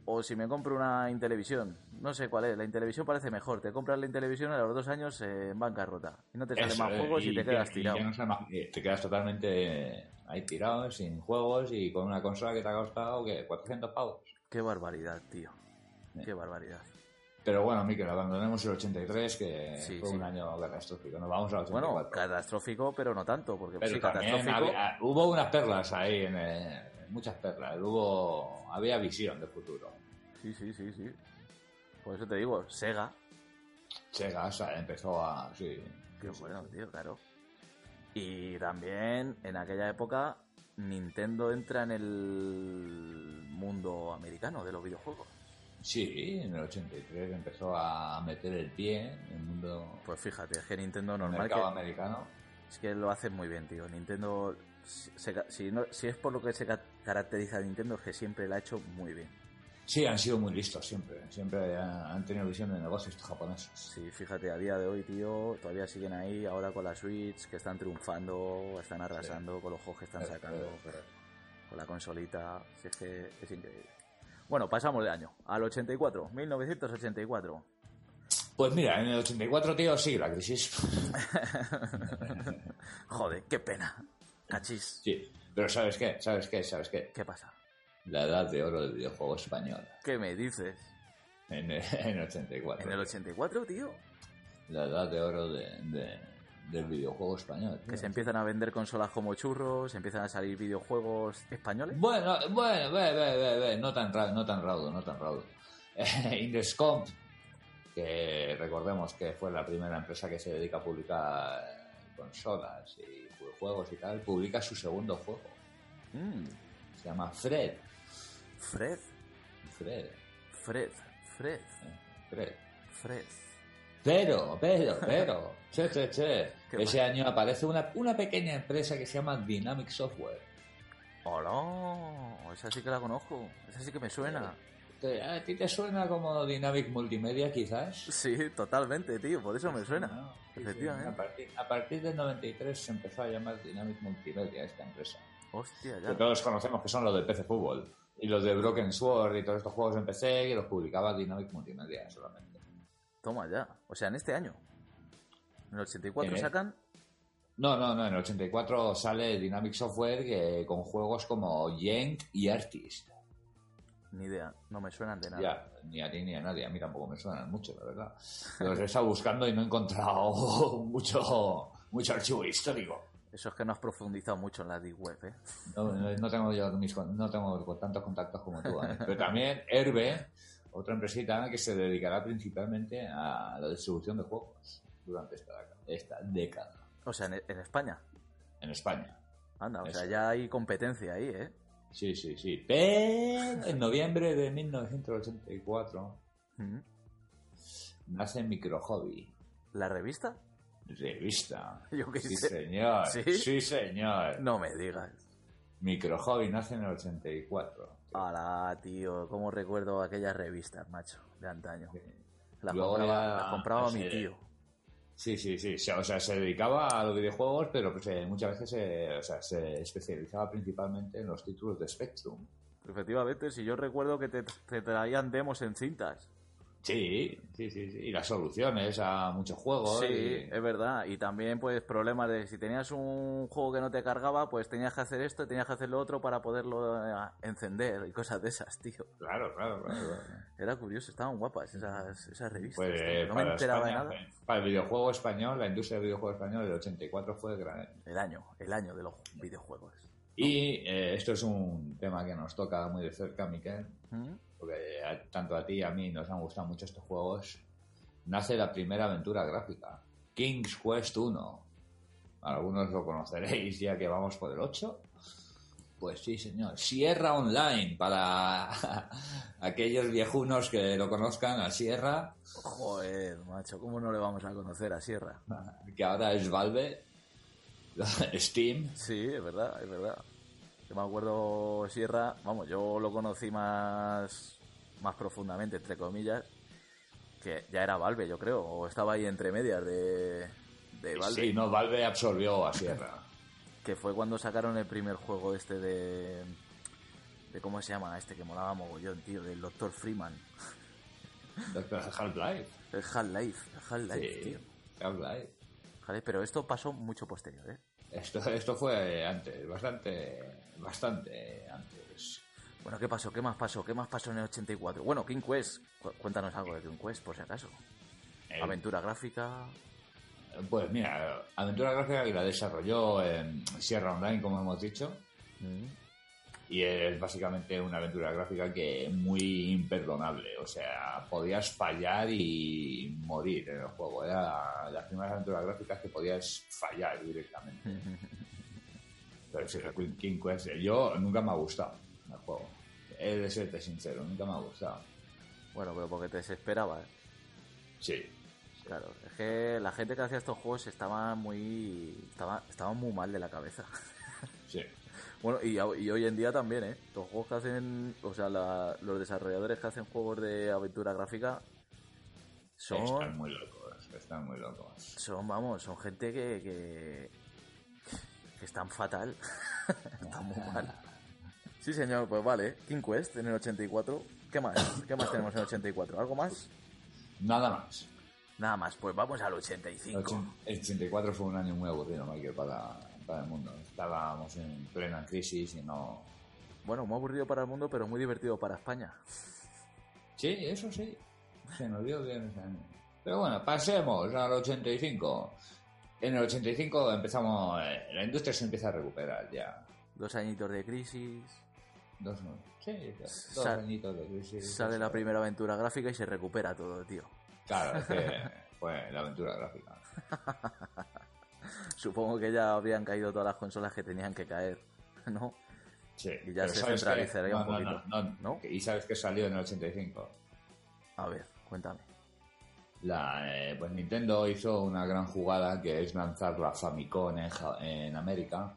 o si me compro una Intelevisión. No sé cuál es, la Intelevisión parece mejor. Te compras la Intelevisión a los dos años eh, en bancarrota y no te salen
Eso
más
es,
juegos y, te quedas
y
tirado.
ya no sale más- eh, te quedas totalmente ahí tirado, sin juegos y con una consola que te ha costado, ¿qué? 400 pavos.
Qué barbaridad, tío. Qué barbaridad.
Pero bueno, Mikel, abandonemos el 83, que
Sí,
fue
sí.
un año catastrófico. Nos vamos al 84.
Bueno, catastrófico, pero no tanto, porque
Pero
sí,
también
catastrófico.
había- ah, hubo unas perlas ahí, en, eh, muchas perlas. Hubo, había visión de futuro.
Sí, sí, sí, sí. Por eso te digo, Sega.
Sega o sea, empezó a... Sí,
Qué bueno, tío, claro. Y también en aquella época Nintendo entra en el mundo americano de los videojuegos.
Sí, en el 83 empezó a meter el pie en el mundo
Pues fíjate, es que Nintendo normal
mercado
que,
americano.
Es que lo hacen muy bien, tío. Nintendo, si, se ca- si no- si es por lo que se ca- caracteriza a Nintendo, es que siempre la ha hecho muy bien.
Sí, han sido muy listos siempre. Siempre han han tenido visión de negocios estos japoneses.
Sí, fíjate, a día de hoy, tío, todavía siguen ahí, ahora con la Switch, que están triunfando, están arrasando con los juegos que están
Pero-
sacando,
pero-
con la consolita, si es que es increíble. Bueno, pasamos de año, al 84, 1984.
Pues mira, en el 84, tío, sí, la crisis.
Joder, qué pena. Cachis,
sí. Pero ¿sabes qué? ¿Sabes qué? ¿Sabes qué?
¿qué pasa?
La edad de oro del videojuego español.
¿Qué me dices?
En el, en el 84.
¿En el 84, tío?
La edad de oro de, de- del videojuego español.
Que
tío.
se empiezan a vender consolas como churros, empiezan a salir videojuegos españoles.
Bueno, bueno, ve, ve, ve, ve, no tan raudo, no tan raudo, no tan raudo. Indescom, que recordemos que fue la primera empresa que se dedica a publicar consolas y juegos y tal, publica su segundo juego.
Mm,
Se llama Fred.
Fred,
Fred.
Fred, Fred,
eh, Fred.
Fred.
Pero, pero, pero. Che, che, che.
¿Qué
Ese año aparece una, una pequeña empresa que se llama Dynamic Software.
¡Hola! Esa sí que la conozco. Esa sí que me suena.
Que, ¿A ti te suena como Dynamic Multimedia quizás?
Sí, totalmente, tío. Por eso me suena.
¿no? Ah, Sí, sí.
Efectivamente.
A partir, a partir del 93 se empezó a llamar Dynamic Multimedia esta empresa.
Hostia,
Que
ya.
todos conocemos que son los de PC Fútbol y los de Broken Sword y todos estos juegos en PC que los publicaba Dynamic Multimedia solamente.
Toma ya. O sea, en este año. En el 84
Eh.
sacan.
No, no, no, en el 84 sale Dynamic Software que, con juegos como Yank y Artist.
Ni idea. No me suenan de nada.
Ya, ni a ti ni a nadie, a mí tampoco me suenan mucho, la verdad. Los he estado buscando y no he encontrado mucho, mucho archivo histórico.
Eso es que no has profundizado mucho en la Deep Web, ¿eh?
No, no- no tengo yo mis con- no tengo con tantos contactos como tú. ¿eh? Pero también Herbe, otra empresita que se dedicará principalmente a la distribución de juegos durante esta, década- esta década
O sea, en, en España.
en España.
Anda, o sea,
Eso.
ya hay competencia ahí, ¿eh?
Sí, sí, sí. Pero en noviembre de 1984
Mm.
nace Microhobby,
¿La revista?
revista.
Yo qué
Sí,
sé.
señor.
¿Sí?
Sí, señor.
No me digas.
Microhobby nace en el 84.
Ahora, tío, cómo recuerdo aquellas revistas, macho, de antaño. Las
Luego
compraba,
ya-
las compraba mi
sí.
tío.
Sí, sí, sí. Se- O sea, se dedicaba a los videojuegos, pero pues, eh, muchas veces eh, o sea, se especializaba principalmente en los títulos de Spectrum.
Efectivamente, si yo recuerdo que te, te traían demos en cintas.
Sí, sí, sí, sí. Y las soluciones a muchos juegos.
Sí,
y-
es verdad. Y también, pues, problemas de si tenías un juego que no te cargaba, pues tenías que hacer esto, tenías que hacer lo otro para poderlo eh, encender y cosas de esas, tío.
Claro, claro, claro. claro.
Era curioso, estaban guapas esas, esas revistas.
Pues,
tío.
eh,
no me
para,
enteraba
España,
de nada.
eh, para el videojuego español, la industria del videojuego español del 84 fue gran.
El año, el año de los videojuegos.
Y eh, esto es un tema que nos toca muy de cerca, Miquel,
¿Mm?
porque a- tanto a ti y a mí nos han gustado mucho estos juegos, nace la primera aventura gráfica, King's Quest 1. Algunos lo conoceréis ya que vamos por el 8. Pues sí, señor. Sierra Online, para aquellos viejunos que lo conozcan, a Sierra,
Joder, macho, ¿cómo no le vamos a conocer a Sierra?
que ahora es Valve, Steam.
Sí, es verdad, es verdad. Yo me acuerdo Sierra, vamos, yo lo conocí más, más profundamente, entre comillas, que ya era Valve, yo creo, o estaba ahí entre medias de, de Valve,
Sí, no, Valve absorbió a Sierra.
que fue cuando sacaron el primer juego este de... de ¿Cómo se llama? Este que molaba mogollón, tío, del Dr. Freeman.
Doctor Half-Life.
El Half-Life, el Half-Life,
Sí,
tío.
Half-Life.
Vale, pero esto pasó mucho posterior, ¿eh?
Esto, esto fue antes, bastante, bastante antes.
Bueno, ¿qué pasó? ¿Qué más pasó? ¿Qué más pasó en el 84? Bueno, King Quest, cu- cuéntanos algo de King Quest, por si acaso.
Eh,
Aventura gráfica.
Pues mira, Aventura Gráfica que la desarrolló en Sierra Online, como hemos dicho, Mm. y es básicamente una aventura gráfica que es muy imperdonable. O sea, podías fallar y morir en el juego. Era de las primeras aventuras gráficas que podías fallar directamente. Pero sí, el Queen- King Quest, eh, yo nunca me ha gustado el juego. He de serte sincero, nunca me ha gustado.
Bueno, pero porque te desesperabas.
Sí,
Claro, es que la gente que hacía estos juegos estaba muy. Estaba, estaba muy mal de la cabeza.
sí.
Bueno, y, a- y hoy en día también, ¿eh? Los juegos que hacen. O sea, la- los desarrolladores que hacen juegos de aventura gráfica.
Están
Son.
muy locos, están muy locos.
Son, vamos, son gente que. que, que están fatal. están muy
Ah.
mal. Sí, señor, pues vale. King Quest en el 84. ¿Qué más? ¿Qué más tenemos en el 84? ¿Algo más?
Nada más.
Nada más, pues vamos al
El
85.
ochen- el 84 fue un año muy aburrido, Michael, para, para el mundo. Estábamos en plena crisis y no...
Bueno, muy aburrido para el mundo, pero muy divertido para España.
Sí, eso sí. Se nos dio bien ese año. Pero bueno, pasemos al 85. En el 85 empezamos, eh, la industria se empieza a recuperar ya.
Dos añitos de crisis.
Dos, no- sí, dos
Sal-
añitos de crisis.
Sale
Dos-
la primera aventura gráfica y se recupera todo, tío.
Claro, es que fue la aventura gráfica.
Supongo que ya habrían caído todas las consolas que tenían que caer, ¿no?
Sí,
Y ya
pero
se
¿sabes qué?
centralizaría
No,
un
no,
poquito,
no, no,
¿no?
que- Y sabes que salió en el 85.
A ver, cuéntame.
La, eh, pues Nintendo hizo una gran jugada que es lanzar la Famicom en, Ja- en América,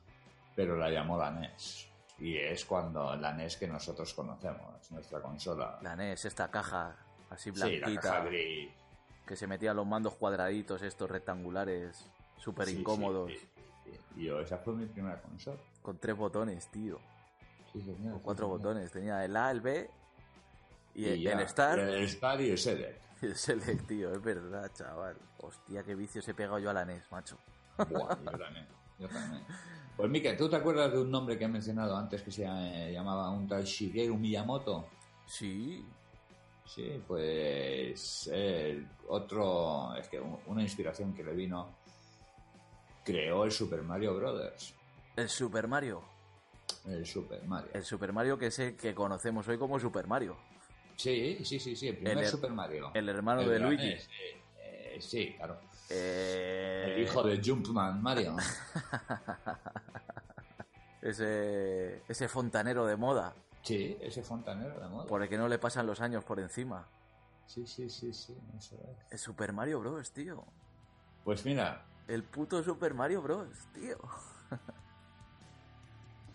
pero la llamó la NES. Y es cuando la NES que nosotros conocemos, nuestra consola.
La NES, esta caja así
sí, la
blanquita,
caja gris.
que se metía los mandos cuadraditos estos rectangulares, súper
Sí, sí,
incómodos,
sí, sí, sí. Y yo, esa fue mi primera consola.
con tres botones, tío.
Sí, señor,
Con
sí,
cuatro
señor.
botones. Tenía el A, el B y, el-
ya,
el Start.
El Star y el Select.
Y el Select, tío, es verdad, chaval. Hostia, qué vicio se he pegado yo a la NES, macho.
Buah, yo también, yo también. Pues Mika, ¿tú te acuerdas de un nombre que he mencionado antes que se eh, llamaba un tal Shigeru Miyamoto?
Sí,
Sí, pues eh, otro, es que un- una inspiración que le vino, creó el Super Mario Brothers,
el Super Mario.
el Super Mario.
El Super Mario que es el que conocemos hoy como Super Mario.
Sí, sí, sí, sí, el primer
el-
Super Mario.
el hermano de
gran
Luigi.
es, eh, eh, sí, claro.
Eh,
El hijo de Jumpman Mario.
Ese, ese fontanero de moda,
Sí, ese fontanero de moda.
por el que no le pasan los años por encima.
Sí, sí, sí, sí, eso es.
El Super Mario Bros, tío.
Pues mira,
El puto Super Mario Bros, tío.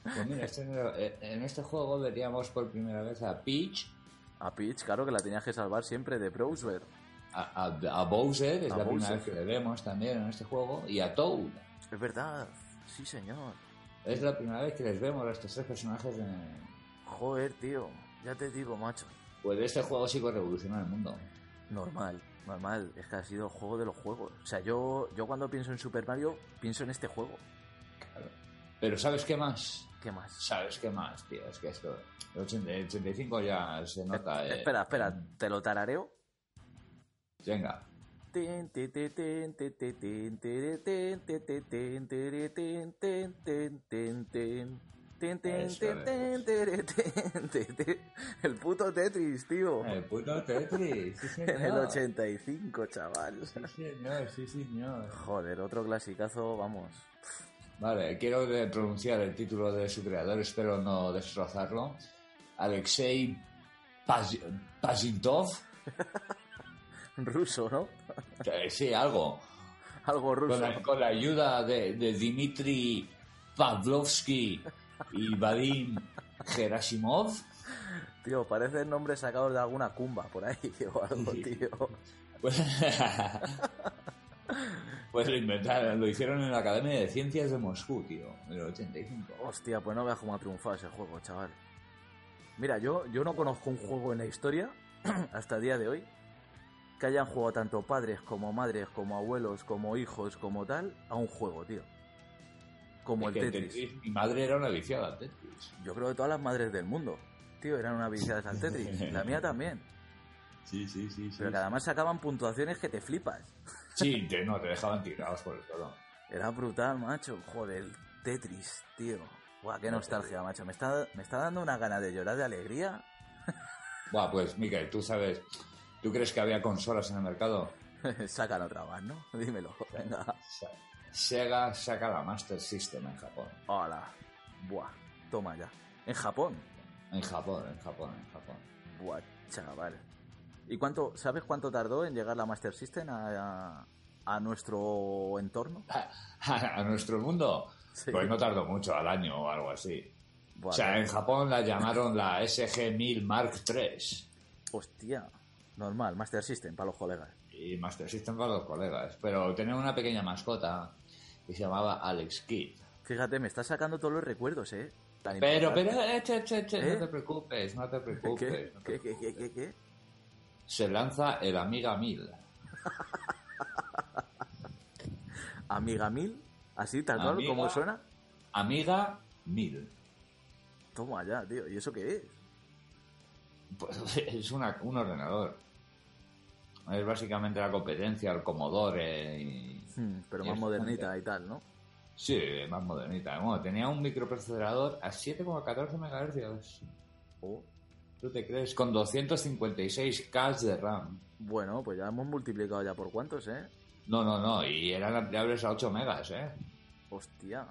Pues mira, este- eh, en este juego veríamos por primera vez a Peach,
A Peach, claro que la tenías que salvar siempre de Browser.
a, a- a Bowser, es
A
la primera
Bowser.
vez que le vemos también en este juego, y a Toad.
Es verdad, sí señor.
Es la primera vez que les vemos a estos tres personajes en...
Joder, tío, ya te digo, macho.
Pues este juego sí que revolucionó el mundo.
Normal, normal. Es que ha sido el juego de los juegos. O sea, yo, yo cuando pienso en Super Mario, pienso en este juego.
Claro. Pero ¿sabes qué más?
¿Qué más?
¿Sabes qué más, tío? Es que esto... El 80 el 85 ya se nota... eh.
Espera, espera, te lo tarareo.
Venga.
Tin, ti, ti, tin, ti, ti, tin, tiri, tin, ti, ti, tin, tiri, tin, tin, tin, tin, tin. Tin, tin,
Eso
tin, tin,
es.
tiri, tin, ti, ti. El puto Tetris, tío.
El puto Eh, pues, Tetris. Sí,
En el
señor.
85, chaval.
Sí, señor, sí, señor.
Joder, otro clasicazo, vamos.
Vale, quiero eh, pronunciar el título de su creador, espero no destrozarlo. Alexei Paz- Pazintov.
Ruso, ¿no?
Eh, sí, algo.
Algo ruso.
Con la, con la ayuda de, de Dmitry Pavlovsky y Vadim Gerasimov.
Tío, parecen nombres sacados de alguna cumba por ahí o algo,
Sí.
tío.
Pues, pues lo inventaron, lo hicieron en la Academia de Ciencias de Moscú, tío, en el 85.
Hostia, pues no veas cómo ha triunfado ese juego, chaval. Mira, yo, yo no conozco un juego en la historia, hasta el día de hoy, que hayan jugado tanto padres como madres, como abuelos, como hijos, como tal, a un juego, tío. Como
Es
el
que el
Tetris.
Tetris, Mi madre era una viciada al Tetris.
Yo creo que todas las madres del mundo, tío, eran una viciadas al Tetris. La mía también.
Sí, sí, sí. sí.
Pero que además sacaban puntuaciones que te flipas.
Sí, te- no, te dejaban tirados por el suelo.
Era brutal, macho. Joder, el Tetris, tío. Buah, qué nostalgia, macho. Me está, me está dando una gana de llorar de alegría.
Buah, pues, Miquel, tú sabes, ¿tú crees que había consolas en el mercado?
Sacan otra más, ¿no? Dímelo. Venga.
Se- Sega saca la Master System en Japón.
Hola. Buah, toma ya. En Japón.
En Japón, en Japón, en Japón.
Buah, chaval. ¿Y cuánto, sabes cuánto tardó en llegar la Master System a, a- a nuestro entorno?
A nuestro mundo,
Sí.
pues no tardó mucho, al año o algo así.
Buah,
O sea, en Japón la llamaron la SG-1000 Mark III.
Hostia. Normal, Master System para los colegas.
Y Master System para los colegas. Pero tenía una pequeña mascota que se llamaba Alex Kidd.
Fíjate, me está sacando todos los recuerdos, ¿eh? Tan
Pero, pero,
importante.
eh, che, che, che,
¿Eh?
no te preocupes, no te preocupes.
¿Qué?
no te
¿Qué, qué,
preocupes.
qué, qué, qué?
se lanza el Amiga 1000.
Amiga Mil, así tal cual
Amiga.
como suena.
Amiga 1000.
Toma ya, tío. ¿Y eso qué es?
Pues es una- un ordenador. Es básicamente la competencia al Commodore y
Hmm, pero
Y
más
es
modernita y tal, ¿no?
Sí, más modernita. Bueno, tenía un microprocesador a 7,14 MHz.
Oh.
¿Tú te crees? Con 256K de RAM.
Bueno, pues ya hemos multiplicado ya por cuántos, ¿eh?
No, no, no. Y eran ampliables a 8 megas, ¿eh?
Hostia.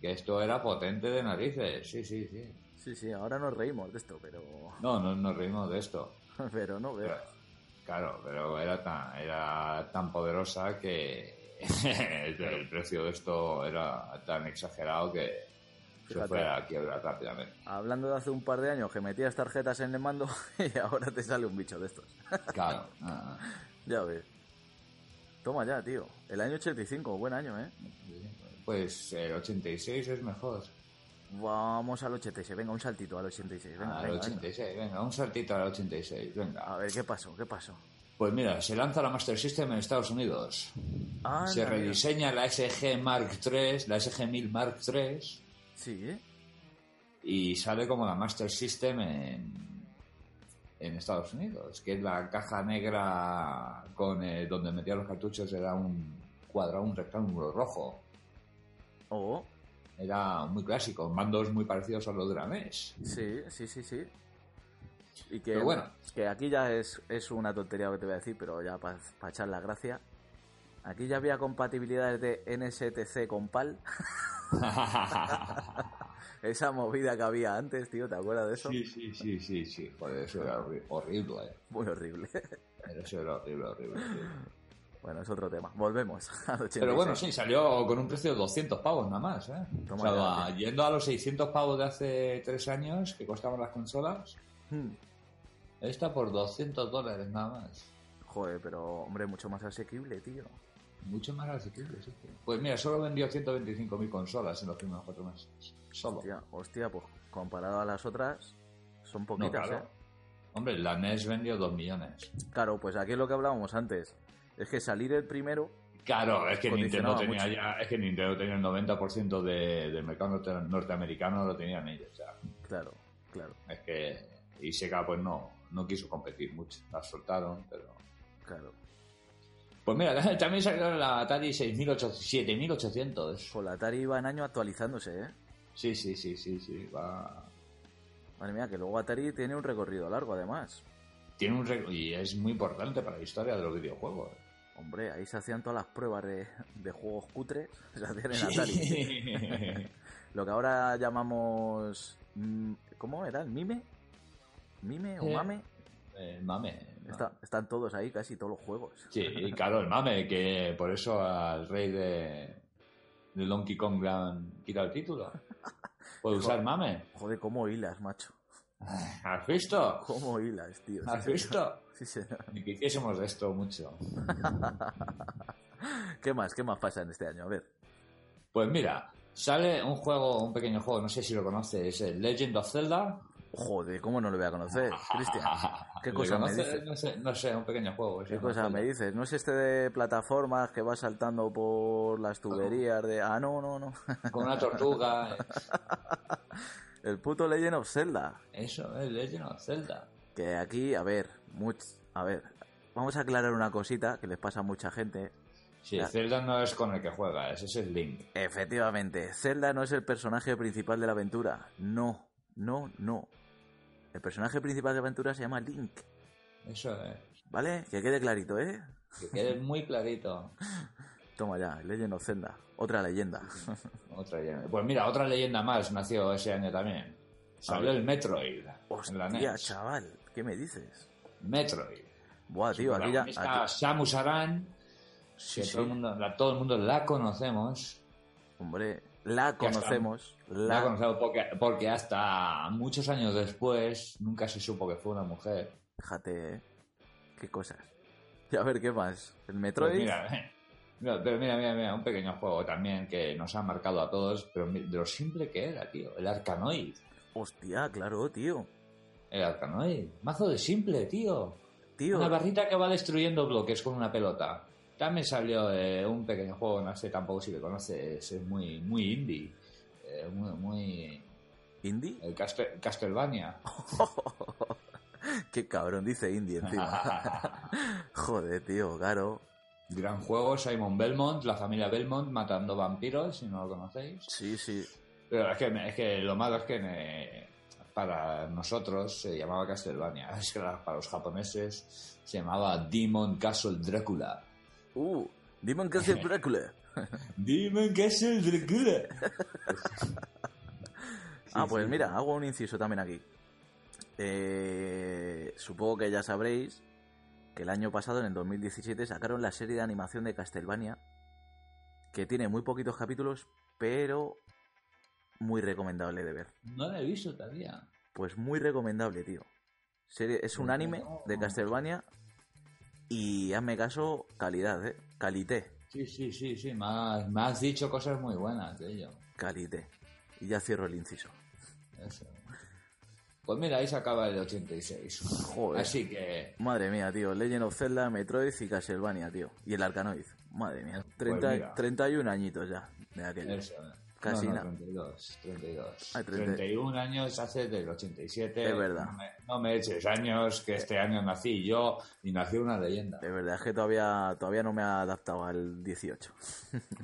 Que esto era potente de narices. Sí, sí, sí.
Sí, sí, ahora nos reímos de esto, pero.
No, no nos reímos de esto.
Pero no
Pero-
veas.
claro, pero era tan, era tan poderosa que el, el precio de esto era tan exagerado que
Fíjate.
se fue a la quiebra rápidamente.
Hablando de hace un par de años que metías tarjetas en el mando y ahora te sale un bicho de estos.
Claro. ah, ah.
Ya ves. Toma ya, tío. El año 85, buen año, ¿eh?
Pues el 86 es mejor.
Vamos al 86, venga, un saltito al 86. Ah, Venga,
al
venga,
86, venga, un saltito al 86,
venga. A
venga.
ver, ¿qué pasó? ¿Qué pasó?
Pues mira, se lanza la Master System en Estados Unidos.
Ah,
Se rediseña la SG Mark III, la SG 1000 Mark III,
Sí, ¿eh?
y sale como la Master System en, en Estados Unidos, que es la caja negra con eh, donde metía los cartuchos, era un cuadrado, un rectángulo rojo.
Oh,
Era muy clásico, mandos muy parecidos a los de la E NES.
sí, sí, sí, sí. Y que,
Pero bueno.
que aquí ya es, es una tontería lo que te voy a decir, pero ya para echar la gracia. Aquí ya había compatibilidades de NSTC con PAL. Esa movida que había antes, tío, ¿te acuerdas de eso?
Sí, sí, sí, sí, sí. Joder, eso era horri- horrible. eh.
Muy horrible.
Pero Eso era horrible, horrible. horrible.
Bueno, es otro tema. Volvemos al 86.
Pero bueno, sí, salió con un precio de 200 pavos nada más. ¿eh? O
Toma
sea,
ya,
va-
tío.
yendo a los 600 pavos de hace tres años que costaban las consolas,
Hmm.
esta por 200 dólares nada más.
Joder, pero hombre, mucho más asequible, tío.
Mucho más asequible, sí. tío. Pues mira, solo vendió 125.000 consolas en los primeros cuatro meses. Solo.
Hostia, hostia, pues comparado a las otras, son
No,
poquitas,
claro. Hombre, la NES vendió 2 millones.
¿eh? Claro, pues aquí es lo que hablábamos antes. Es que salir el primero,
Claro, es que Nintendo
Condicionaba
tenía
mucho.
ya, es que Nintendo tenía el 90% de- del mercado norte- norteamericano lo tenían ellos, o sea,
claro, claro,
es que y Sega pues no, no quiso competir mucho, la soltaron, pero
claro.
pues mira, también salió la Atari 6800, 7800.
Con la Atari iba en año actualizándose, ¿eh?
Sí, sí, sí, sí, sí, va.
Madre mía, que luego Atari tiene un recorrido largo, además.
Tiene un rec- y es muy importante para la historia de los videojuegos.
Hombre, ahí se hacían todas las pruebas de, de juegos cutres, se hacían en Atari. Lo que ahora llamamos... mm, ¿Cómo era? ¿El mime? ¿Mime o
Eh,
mame?
el mame. ¿no?
Está- están todos ahí, casi todos los juegos.
Sí, claro, el mame, que por eso al rey de, de Donkey Kong le han quitado el título. Puede usar mame.
Joder, cómo hilas, macho.
¿Has visto?
¿Cómo hilas, tío? Sí,
¿Has
señor.
visto?
Sí, señor.
Ni que hiciésemos de esto mucho.
¿Qué más? ¿Qué más pasa en este año? A ver.
Pues mira, sale un juego, un pequeño juego, no sé si lo conoces, el Legend of Zelda.
Joder, ¿cómo no lo voy a conocer, Cristian? ¿Qué
¿Lo
cosa me
conoces?
dices?
No sé, no sé, un pequeño juego. se
¿Qué
llama
cosa
Zelda.
me dices? ¿No es este de plataformas que va saltando por las tuberías de... Ah, no, no, no.
Con una tortuga. eh,
El puto Legend of Zelda.
Eso, el Legend of Zelda.
Que aquí, a ver, much... a ver, vamos a aclarar una cosita que les pasa a mucha gente.
Sí,
Claro.
Zelda no es con el que juega, ese es el Link.
Efectivamente, Zelda no es el personaje principal de la aventura. No, no, no. El personaje principal de la aventura se llama Link.
Eso es.
¿Vale? Que quede clarito, ¿eh?
Que quede muy clarito.
Toma ya, Legend of Zelda. Otra leyenda.
Otra leyenda. Pues mira, otra leyenda más nació ese año también. Salió el Metroid. en la E
Hostia,
NES.
chaval. ¿Qué me dices?
Metroid.
Buah, tío, aquí ya...
Protagonista
aquí-
Samus Aran,
Sí,
que
sí.
Todo, el mundo, la, todo el mundo la conocemos.
Hombre, la
Ya está.
conocemos.
La,
La...
conocemos porque, porque hasta muchos años después nunca se supo que fue una mujer.
Fíjate, ¿eh? Qué cosas. Y a ver, ¿qué más? ¿El
Pues
Metroid?
mira, no, pero mira, mira, mira, un pequeño juego también que nos ha marcado a todos, pero mi- de lo simple que era, tío. El Arcanoid.
Hostia, claro, tío.
El Arcanoid. Mazo de simple, tío.
Tío,
Una barrita que va destruyendo bloques con una pelota. También salió eh, un pequeño juego, no sé tampoco si lo conoces, es muy, muy indie. eh, muy, muy-
¿indie?
El Castel- Castlevania.
Qué cabrón, dice indie encima. Joder, tío, claro.
Gran juego, Simon Belmont, la familia Belmont matando vampiros, si no lo conocéis.
Sí, sí.
Pero es que, me- es que lo malo es que me- para nosotros se llamaba Castlevania, es que la- para los japoneses se llamaba Demon Castle Drácula.
Uh, Demon Castle Drácula.
Demon Castle Drácula.
ah,
Sí,
pues
sí.
mira, hago un inciso también aquí. Eh, supongo que ya sabréis que el año pasado, en el 2017, sacaron la serie de animación de Castlevania, que tiene muy poquitos capítulos, pero muy recomendable de ver.
No la he visto todavía.
Pues muy recomendable, tío. Serie- es un anime de Castlevania y hazme caso, calidad, ¿eh? Calité,
Sí, sí, sí, sí, me has, me has dicho cosas muy buenas de ello.
calité. Y ya cierro el inciso.
Eso. Pues mira, ahí se acaba el 86.
Joder.
Así que...
Madre mía, tío. Legend of Zelda, Metroid y Castlevania, tío. Y el Arcanoid. Madre mía.
Pues
30,
mira.
31 añitos ya de aquello.
Eso.
Casi
no, no,
nada.
32, 32.
Ah, 30.
31 años hace del 87.
Es verdad.
No me, no me eches años, que este año nací yo y nació una leyenda.
De verdad es que todavía, todavía no me ha adaptado al 18.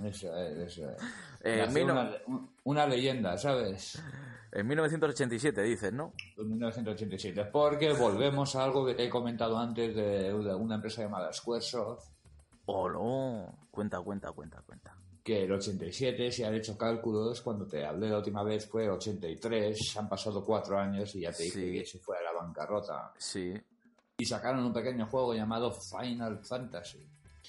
Eso es, eso es.
Eh,
Nació
mil no-
una, un- una leyenda, ¿sabes?
En 1987 dices, ¿no?
1987. Porque volvemos a algo que te he comentado antes de de una empresa llamada Squaresoft.
Oh, no. Cuenta, cuenta, cuenta, cuenta.
que el 87, si han hecho cálculos, cuando te hablé la última vez fue 83, han pasado cuatro años y ya te dije
Sí.
que se fue a la bancarrota.
Sí.
Y sacaron un pequeño juego llamado Final Fantasy.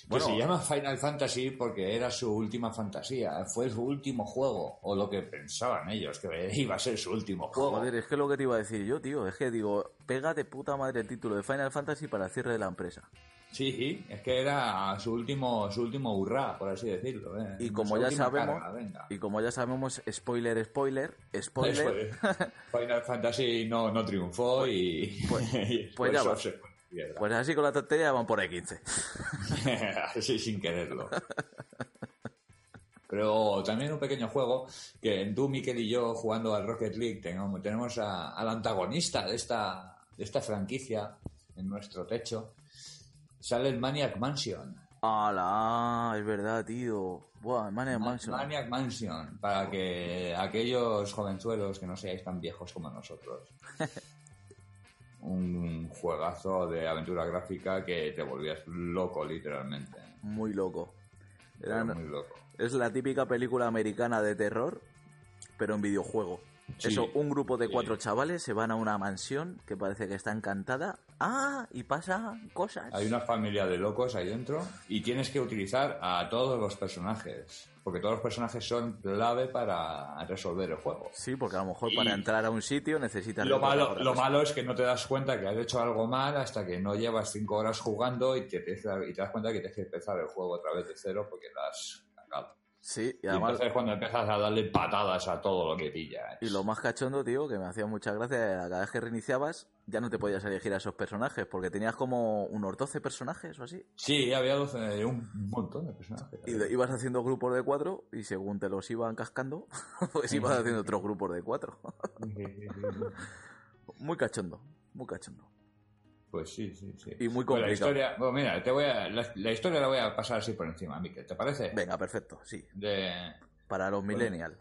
Bueno.
que se llama Final Fantasy porque era su última fantasía, fue su último juego, o lo que pensaban ellos, que iba a ser su último juego.
Joder, es que lo que te iba a decir yo, tío. Es que digo, pega de puta madre el título de Final Fantasy para el cierre de la empresa.
Sí, es que era su último, su último hurra, por así decirlo. ¿eh?
Y como
Su
ya
última
sabemos-
carga, venga.
Y como ya sabemos, spoiler, spoiler, spoiler.
Eso es. Pues, Final Fantasy no, no triunfó y.
pues-
y
pues ya
Squaresoft
va.
se fue a la mierda.
Pues así con la tontería van por ahí 15. Pues
Así sin quererlo. Pero también un pequeño juego que tú, Miquel y yo, jugando al Rocket League, tengamos- tenemos a- al antagonista de esta, de esta franquicia en nuestro techo. Sale el Maniac Mansion.
¡Hala! Es verdad, tío. Buah, Maniac Mansion.
Maniac Mansion, para que aquellos jovenzuelos que no seáis tan viejos como nosotros. Un juegazo de aventura gráfica que te volvías loco, literalmente.
Muy loco. Era-
Era muy loco.
Es la típica película americana de terror, pero en videojuego.
Sí.
Eso, un grupo de
Sí.
cuatro chavales se van a una mansión que parece que está encantada. ¡Ah! Y pasan cosas.
Hay una familia de locos ahí dentro y tienes que utilizar a todos los personajes, porque todos los personajes son clave para resolver el juego.
Sí, porque a lo mejor
Y-
para entrar a un sitio necesitas...
Lo
recordar
malo,
otra
lo
cosa.
malo es que no te das cuenta que has hecho algo mal hasta que no llevas cinco horas jugando y te, tienes que- y te das cuenta que tienes que empezar el juego otra vez de cero porque lo has cagado.
Sí, y
Y
además...
entonces cuando empiezas a darle patadas a todo lo que ¿eh? pillas.
Y lo más cachondo, tío, que me hacía mucha gracia, era cada vez que reiniciabas, ya no te podías elegir a esos personajes, porque tenías como unos 12 personajes o así.
Sí, había doce- eh, un montón de personajes.
Y de- ibas haciendo grupos de cuatro, y según te los iban cascando, pues ibas haciendo otros grupos de cuatro. Muy cachondo, muy cachondo.
Pues sí, sí, sí.
Y muy
Pues la
complicado.
historia, bueno, mira, te voy a, la, la historia la voy a pasar así por encima, Miquel, ¿te parece?
Venga, perfecto, sí.
De,
Para los millennials.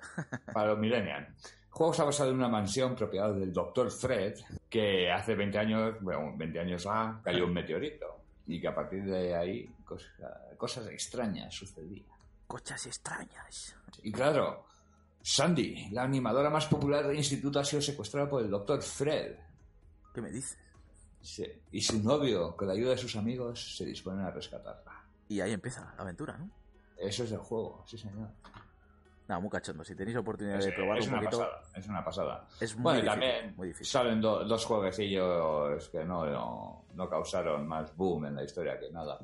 para los millennials. El juego está basado en una mansión propiedad del Dr. Fred, que hace 20 años, bueno, 20 años ah, cayó un meteorito. Y que a partir de ahí cosa- cosas extrañas sucedían.
Cochas extrañas.
Y claro, Sandy, la animadora más popular del instituto, ha sido secuestrada por el Dr. Fred.
¿Qué me dices?
Sí. Y su novio, con la ayuda de sus amigos, se disponen a rescatarla.
Y ahí empieza la aventura, ¿no?
Eso es el juego, sí señor.
Nada, muy cachondo. Si tenéis oportunidad
Es,
de probarlo
es
un
una
poquito,
pasada, es una pasada.
es muy
Bueno, y
difícil.
también
Muy difícil.
salen do- dos jueguecillos que no, no, no causaron más boom en la historia que nada.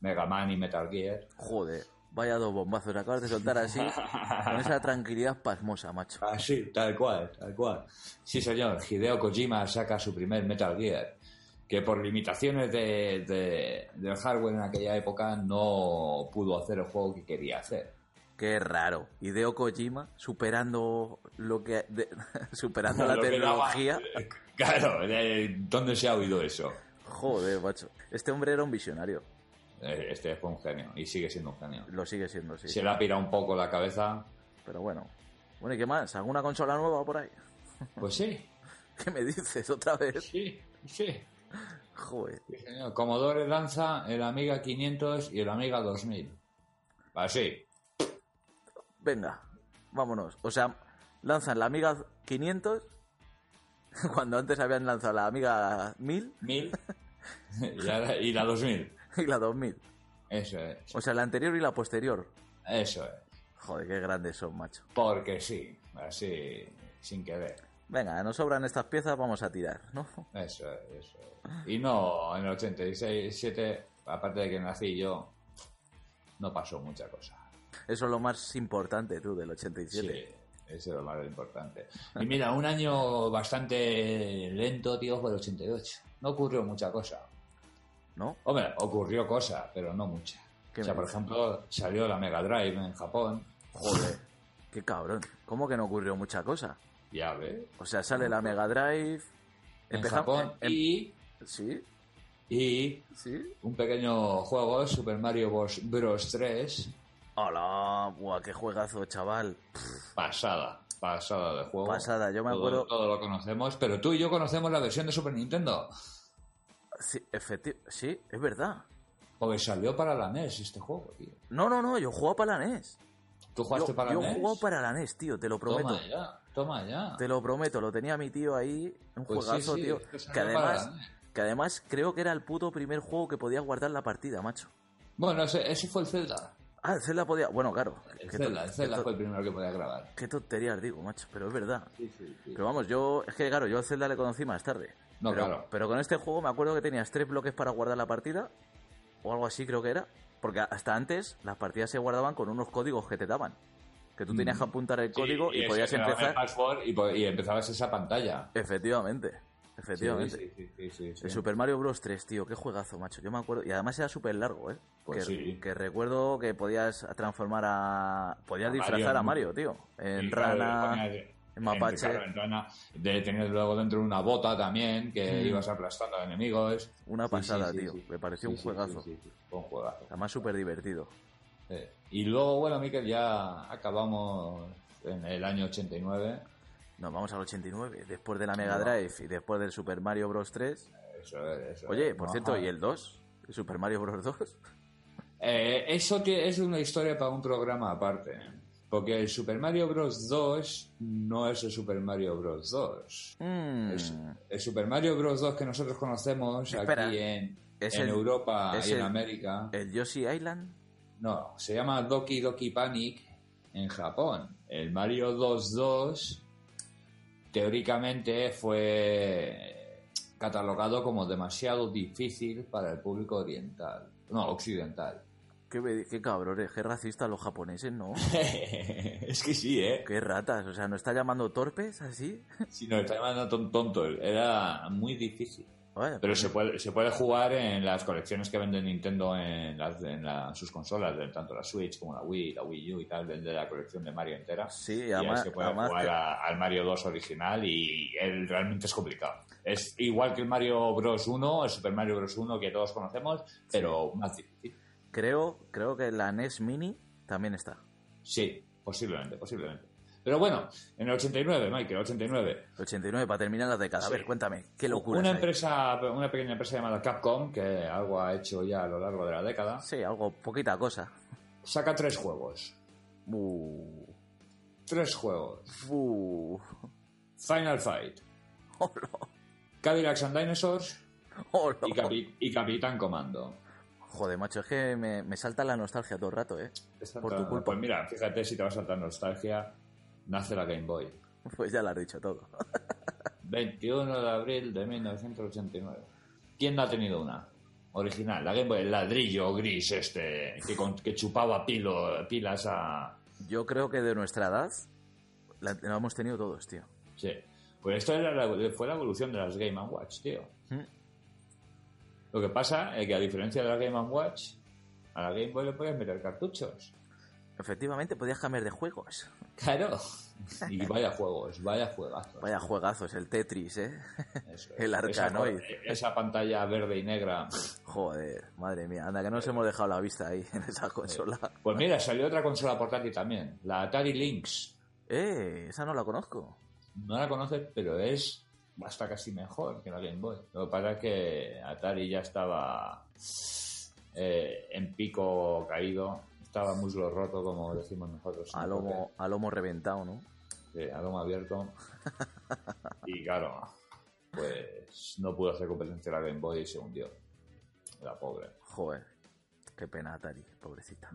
Mega Man y Metal Gear.
Joder, vaya dos bombazos. Acabas de soltar así, con esa tranquilidad pasmosa, macho.
Ah, sí, tal cual, tal cual. Sí, señor, Hideo Kojima saca su primer Metal Gear, que por limitaciones de, de- del hardware en aquella época no pudo hacer el juego que quería hacer.
Qué raro. Hideo Kojima superando lo que. de- superando la
Lo que daba-
tecnología.
Claro, eh, ¿dónde se ha oído eso?
Joder, macho. Este hombre era un visionario.
Eh, Este fue un genio y sigue siendo un genio.
Lo sigue siendo, sí.
Se le ha pirado un poco la cabeza.
Pero bueno. Bueno, ¿y qué más? ¿Alguna consola nueva por ahí?
Pues sí,
¿Qué me dices otra vez?
sí, sí.
Joder.
Sí, señor. Commodore lanza el Amiga 500 y el Amiga Ah, 2000. Así.
Venga, vámonos. O sea, lanzan la Amiga 500 cuando antes habían lanzado la Amiga 1000
1000 y, ahora- y la 2000.
y la 2000.
Eso es.
O sea, la anterior y la posterior.
Eso es.
Joder, qué grandes son, macho.
Porque sí. Así, sin querer.
Venga, nos sobran estas piezas, vamos a tirar, ¿no?
Eso es. Eso es. Y no, en el 86, 7, aparte de que nací yo, no pasó mucha cosa.
Eso es lo más importante, tú, del 87.
Sí, eso es lo más importante. Y mira, un año bastante lento, tío, fue el 88. No ocurrió mucha cosa.
¿No?
Hombre, ocurrió cosa, pero no mucha.
¿Qué
O sea,
me
por
dices?
ejemplo, salió la Mega Drive en Japón.
Joder, qué cabrón. ¿Cómo que no ocurrió mucha cosa?
Ya ves.
O sea, sale la Mega Drive.
pues En
empezamos-
Japón.
em-
Y,
Sí,
y
sí.
un pequeño juego, Super Mario Bros. Bros. 3.
Hola, buah, qué juegazo, chaval.
Pasada. Pasada de juego.
Pasada, yo me
Todo-
acuerdo-
Todo lo conocemos, pero tú y yo conocemos la versión de Super Nintendo.
Sí, efectivo. Sí, es verdad.
Porque salió para la NES este juego, tío.
No, no, no, yo jugaba para la NES.
¿Tú jugaste
yo
para
yo
la E NES?
jugaba para la NES, tío, te lo prometo.
Toma eh. ya, toma ya.
Te lo prometo, lo tenía mi tío ahí, un
Pues sí,
juegazo,
sí,
tío.
es que salió
Que
para
además,
la E NES.
que además creo que era el puto primer juego que podía guardar la partida, macho.
Bueno, ese, ese fue el Zelda.
Ah, el Zelda podía. Bueno, claro.
El
qué
Zelda,
to-
el Zelda
qué to-
fue el primero que podía grabar.
Qué tonterías digo, macho, pero es verdad.
Sí, sí, sí.
Pero vamos, yo. Es que claro, yo al Zelda le conocí más tarde.
No,
pero,
claro.
Pero con este juego me acuerdo que tenías tres bloques para guardar la partida, o algo así creo que era. Porque hasta antes las partidas se guardaban con unos códigos que te daban. Que tú tenías que apuntar el código y,
Mm. ese
podías
te daba el
empezar.
password y, po- y empezabas esa pantalla.
Efectivamente, efectivamente.
Sí, sí, sí, sí, sí.
El Super Mario Bros. 3, tío, qué juegazo, macho. Yo me acuerdo. Y además era súper largo, ¿eh?
Pues
que,
sí.
que recuerdo que podías transformar a. Podías
A
disfrazar a
Mario,
Mario, tío. En
Sí, claro,
rana.
le ponías-
en mapache.
claro, en rana. De tener luego dentro una bota también que ibas aplastando a enemigos.
Una
Sí,
pasada,
sí, sí,
tío.
sí.
Me pareció
Sí,
un
sí,
juegazo.
sí, sí, sí. Fue un juegazo.
Además, súper divertido.
Sí. Y luego, bueno, Miquel, ya acabamos en el año 89.
Nos vamos al 89, después de la Mega Drive y después del Super Mario Bros. 3.
Eso es, eso
Oye,
es.
por
No,
cierto,
ajá.
¿y el 2? ¿El Super Mario Bros. 2?
Eh, eso tie- es una historia para un programa aparte. ¿eh? Porque el Super Mario Bros. 2 no es el Super Mario Bros. 2.
Mm,
El, su- el Super Mario Bros. 2 que nosotros conocemos
Espera.
aquí en,
Es
en
el-
Europa
es
y en
el-
América.
¿El Yoshi Island?
No, se llama Doki Doki Panic en Japón. El Mario 2.2 teóricamente fue catalogado como demasiado difícil para el público oriental. No, occidental.
Qué, be- qué cabrones, qué racistas los japoneses, ¿no?
es que sí, ¿eh?
Qué ratas, o sea, ¿no está llamando torpes así?
Si nos está llamando ton- tonto, era muy difícil.
Vaya,
Pero se puede, se puede jugar en las colecciones que vende Nintendo en, las, en la- sus consolas, de- tanto la Switch como la Wii, la Wii U y tal, vende la colección de Mario entera.
Sí,
y
además-
ahí se puede
además
jugar
que-
a- al Mario 2 original y él realmente es complicado. Es igual que el Mario Bros 1, el Super Mario Bros 1 que todos conocemos, pero más difícil.
Creo, creo que la NES Mini también está.
Sí, posiblemente, posiblemente. Pero bueno, en el 89, Michael, 89.
89, para terminar la década. A
Sí.
ver, cuéntame, qué locura.
Una empresa, una pequeña empresa llamada Capcom, que algo ha hecho ya a lo largo de la década,
Sí, algo, poquita cosa.
saca tres juegos.
Uh,
Tres juegos.
uh,
Final Fight,
hola,
Cadillacs and Dinosaurs
hola.
y, Capi- y Capitán Comando.
Joder, macho, es que me, me salta la nostalgia todo el rato, ¿eh?
Esta
Por
entrada-
tu culpa.
Pues mira, fíjate si te vas a saltar nostalgia, nace la Game Boy.
Pues ya lo has dicho todo.
21 de abril de 1989. ¿Quién no ha tenido una? Original, la Game Boy, el ladrillo gris este, que, con- que chupaba pilo, pilas a...
Yo creo que de nuestra edad la, la hemos tenido todos, tío.
Sí. Pues esto era la- fue la evolución de las Game Watch, tío.
Mm.
Lo que pasa es que a diferencia de la Game Watch, a la Game Boy le podías meter cartuchos.
Efectivamente, podías cambiar de juegos.
Claro. Y vaya juegos, vaya juegazos.
Vaya juegazos, el Tetris, ¿eh?
Eso es.
el Arcanoid.
Esa, esa pantalla verde y negra.
Joder, madre mía, anda que no nos hemos dejado la vista ahí en esa consola.
Pues mira, salió otra consola portátil también, la Atari Lynx.
Eh, esa no la conozco.
No la conoces, pero es hasta casi mejor que la Game Boy. Lo que pasa es que Atari ya estaba eh, en pico caído, estaba muslo roto, como decimos nosotros.
A lomo, a lomo reventado, ¿no?
Sí, a lomo abierto. Y claro, pues no pudo hacer competencia a la Game Boy y se hundió. La pobre.
Joder, qué pena Atari, pobrecita.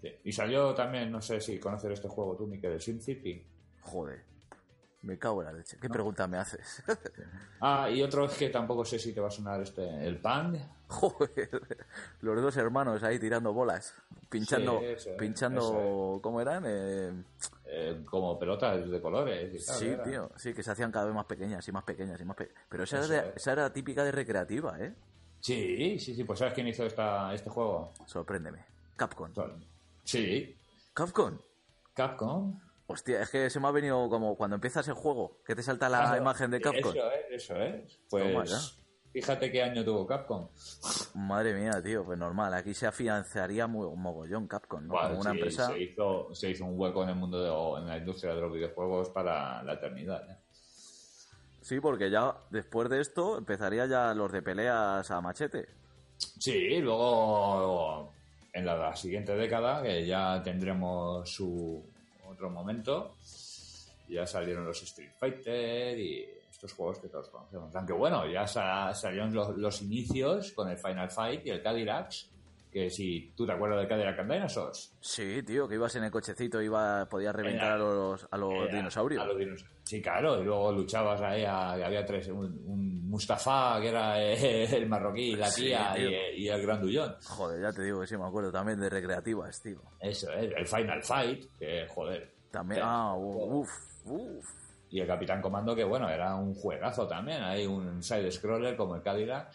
Sí. Y salió también, no sé si conoces este juego tú, Miquel, el SimCity.
Joder, me cago en la leche. ¿Qué pregunta me haces?
Ah, y otro es que tampoco sé si te va a sonar este, el Pang.
Joder, los dos hermanos ahí tirando bolas, pinchando,
Sí, eso es,
pinchando,
eso
¿cómo eran? Eh,
eh, como pelotas de colores. y tal,
sí,
era.
tío, sí, que se hacían cada vez más pequeñas y más pequeñas y más pequeñas. Pero esa,
Eso
era, de-
es.
esa era típica de recreativa, ¿eh?
Sí, sí, sí, pues ¿sabes quién hizo esta, este juego? Pues,
Sorpréndeme. Capcom.
Sí,
Capcom.
Capcom.
Hostia, es que se me ha venido como cuando empiezas el juego, que te salta la
Claro,
Ah, imagen de Capcom.
Eso es, eso es.
Toma ya.
Pues fíjate qué año tuvo Capcom.
Madre mía, tío, pues normal, aquí se afianzaría muy, mogollón Capcom, ¿no?
Bueno,
Como una
sí,
empresa.
se, hizo, se hizo un hueco en el mundo de- o en la industria de los videojuegos para la eternidad. ¿eh?
Sí, porque ya después de esto empezaría ya los de peleas a machete.
Sí, luego en la, la siguiente década, que ya tendremos su otro momento, ya salieron los Street Fighter y estos juegos que todos conocemos. Aunque bueno, ya sa- salieron los, los inicios con el Final Fight y el Cadillacs, que si tú te acuerdas del Cadillac and Dinosaurs.
Sí, tío, que ibas en el cochecito, iba, podías reventar
Era-
a los, a los
Era-
dinosaurios.
a los dinosaurios. Sí, claro, y luego luchabas ahí, a- había tres, un, un Mustafa, que era eh, el marroquí, la
Sí,
tía y-
tío.
y, el grandullón.
Joder, ya te digo que sí, me acuerdo también de recreativas, tío.
Eso es, el Final Fight, que joder.
También,
Sí.
ah, uff, uff.
Y el Capitán Comando, que bueno, era un juegazo también. Hay un side-scroller como el Cadillac,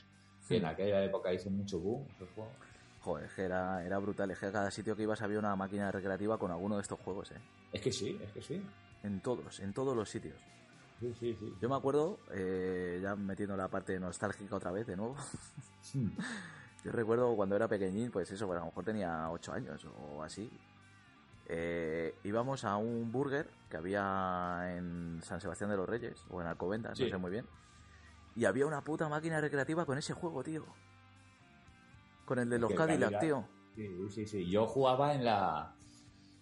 que en aquella época hizo mucho boom. esos juegos.
Joder, es que era, era brutal, es que a cada sitio que ibas había una máquina recreativa con alguno de estos juegos, eh.
Es que sí, es que sí.
En todos, en todos los sitios.
Sí, sí, sí.
Yo me acuerdo, eh, ya metiendo la parte nostálgica otra vez de nuevo,
Hmm.
Yo recuerdo cuando era pequeñín, pues eso, bueno, a lo mejor tenía 8 años o así. Eh, íbamos a un burger que había en San Sebastián de los Reyes o en Alcobendas, no
Sí.
sé muy bien. Y había una puta máquina recreativa con ese juego, tío. Con el de los
Que
Cadillac,
calidad.
tío.
Sí, sí, sí. Yo jugaba en la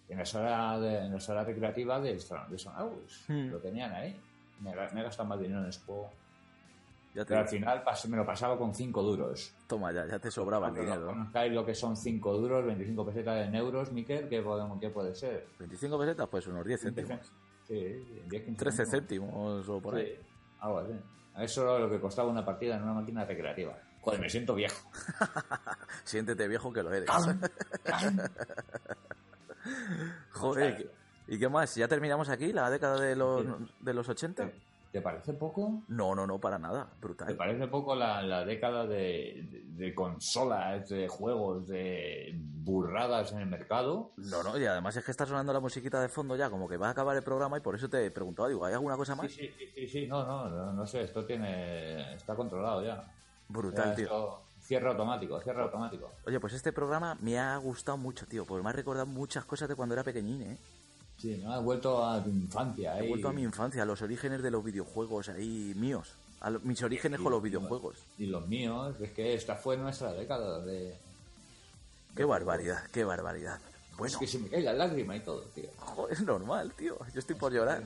en la sala, de, en la sala recreativa del salón de San Agus.
Hmm.
Lo tenían ahí. Me, ga- me he gastado más dinero en ese juego.
Ya
Pero al
te,
final pas- me lo pasaba con 5 duros.
toma ya, ya te sobraba el
Cuando lo
dinero.
conozcáis lo que son 5 duros, 25 pesetas en euros, Miquel, ¿qué, podemos- qué puede ser?
25 pesetas, pues unos 10
Sí,
céntimos.
sí, 10, 15
13
céntimos.
céntimos o por
Sí,
ahí.
algo así. Eso era lo que costaba una partida en una máquina recreativa. Joder, me siento viejo.
Siéntete viejo que lo eres. Joder,
Ostras.
¿y qué más? ¿Ya terminamos aquí la década de los, de los 80?
¿Te, te parece poco?
No, no, no, para nada.
¿Te
Brutal.
parece poco la, la década de, de- de consolas, de juegos, de burradas en el mercado?
No, no, y además es que está sonando la musiquita de fondo ya, como que va a acabar el programa y por eso te he preguntado, digo, ¿hay alguna cosa
Sí,
más?
sí, sí, sí, sí, no, no, no, no sé, esto tiene, está controlado ya.
Brutal,
Ya
tío.
esto- Cierre automático, cierre automático.
Oye, pues este programa me ha gustado mucho, tío, porque me ha recordado muchas cosas de cuando era pequeñín, ¿eh?
Sí, ¿no? Has vuelto a tu infancia.
He
ahí.
vuelto a mi infancia, a los orígenes de los videojuegos ahí míos, a lo- mis orígenes
Sí,
con los
sí,
videojuegos.
Y los míos, es que esta fue nuestra década de...
Qué barbaridad, qué barbaridad.
Es
Bueno,
que se me cae la lágrima y todo, tío.
jo, es normal, tío, yo estoy por llorar.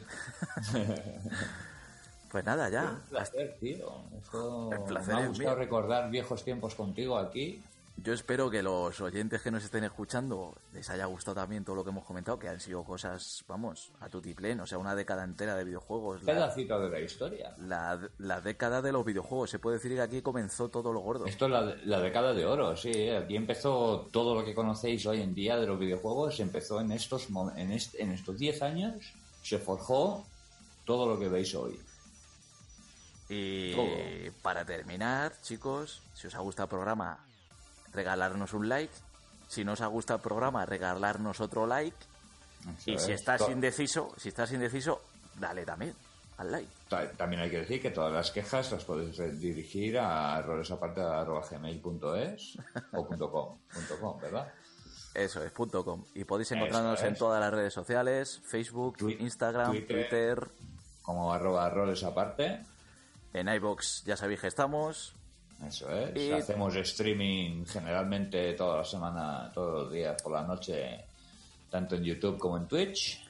Pues nada, ya.
Un placer, tío. Esto-
El placer
me ha
es
gustado
mío.
recordar viejos tiempos contigo aquí.
Yo espero que los oyentes que nos estén escuchando les haya gustado también todo lo que hemos comentado, que han sido cosas, vamos, a tutiplén, o sea, una década entera de videojuegos. La,
Pedacito de la historia.
la- la década de los videojuegos, se puede decir que aquí comenzó todo lo gordo.
Esto es la, la década de oro, sí. eh. Aquí empezó todo lo que conocéis hoy en día de los videojuegos. Empezó en estos mo- en, est- en estos 10 años. Se forjó todo lo que veis hoy.
Y
Todo.
para terminar, chicos, si os ha gustado el programa, regalarnos un like, si nos ha gustado el programa, regalarnos otro like.
Eso
y si
es.
estás
To-
indeciso, si estás indeciso, dale también al like.
ta- También hay que decir que todas las quejas las podéis re- dirigir a erroresaparte.gmail.es o punto .com, punto .com, ¿verdad?
Eso es, punto com. Y podéis encontrarnos
Eso
en
es.
todas las redes sociales, Facebook,
Twi-
Instagram, Twitter,
Twitter. Como arroba erroresaparte.
en iBox ya sabéis que estamos.
Eso es.
Y-
Hacemos streaming generalmente toda la semana, todos los días por la noche, tanto en YouTube como en Twitch.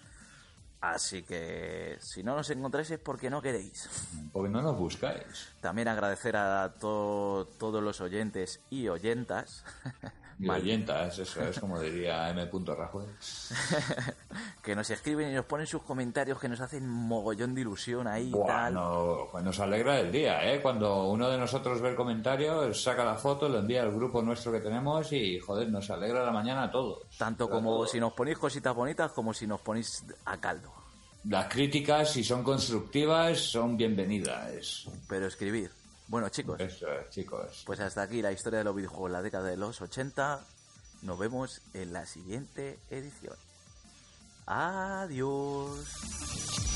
Así que si no nos encontráis es porque no queréis.
Porque no nos buscáis.
También agradecer a to- todos los oyentes y oyentas
Y oyentas, eso es como diría M. Rajoy.
que nos escriben y nos ponen sus comentarios que nos hacen mogollón de ilusión ahí y
Buah,
tal.
no, pues nos alegra el día, ¿eh? Cuando uno de nosotros ve el comentario, saca la foto, lo envía al grupo nuestro que tenemos y, joder, nos alegra la mañana a todos.
Tanto
A
como
todos.
si nos ponéis cositas bonitas como si nos ponéis a caldo.
Las críticas, si son constructivas, son bienvenidas.
Pero escribir. Bueno chicos,
Eso es, chicos.
pues hasta aquí la historia de los videojuegos en la década de los 80. Nos vemos en la siguiente edición. Adiós.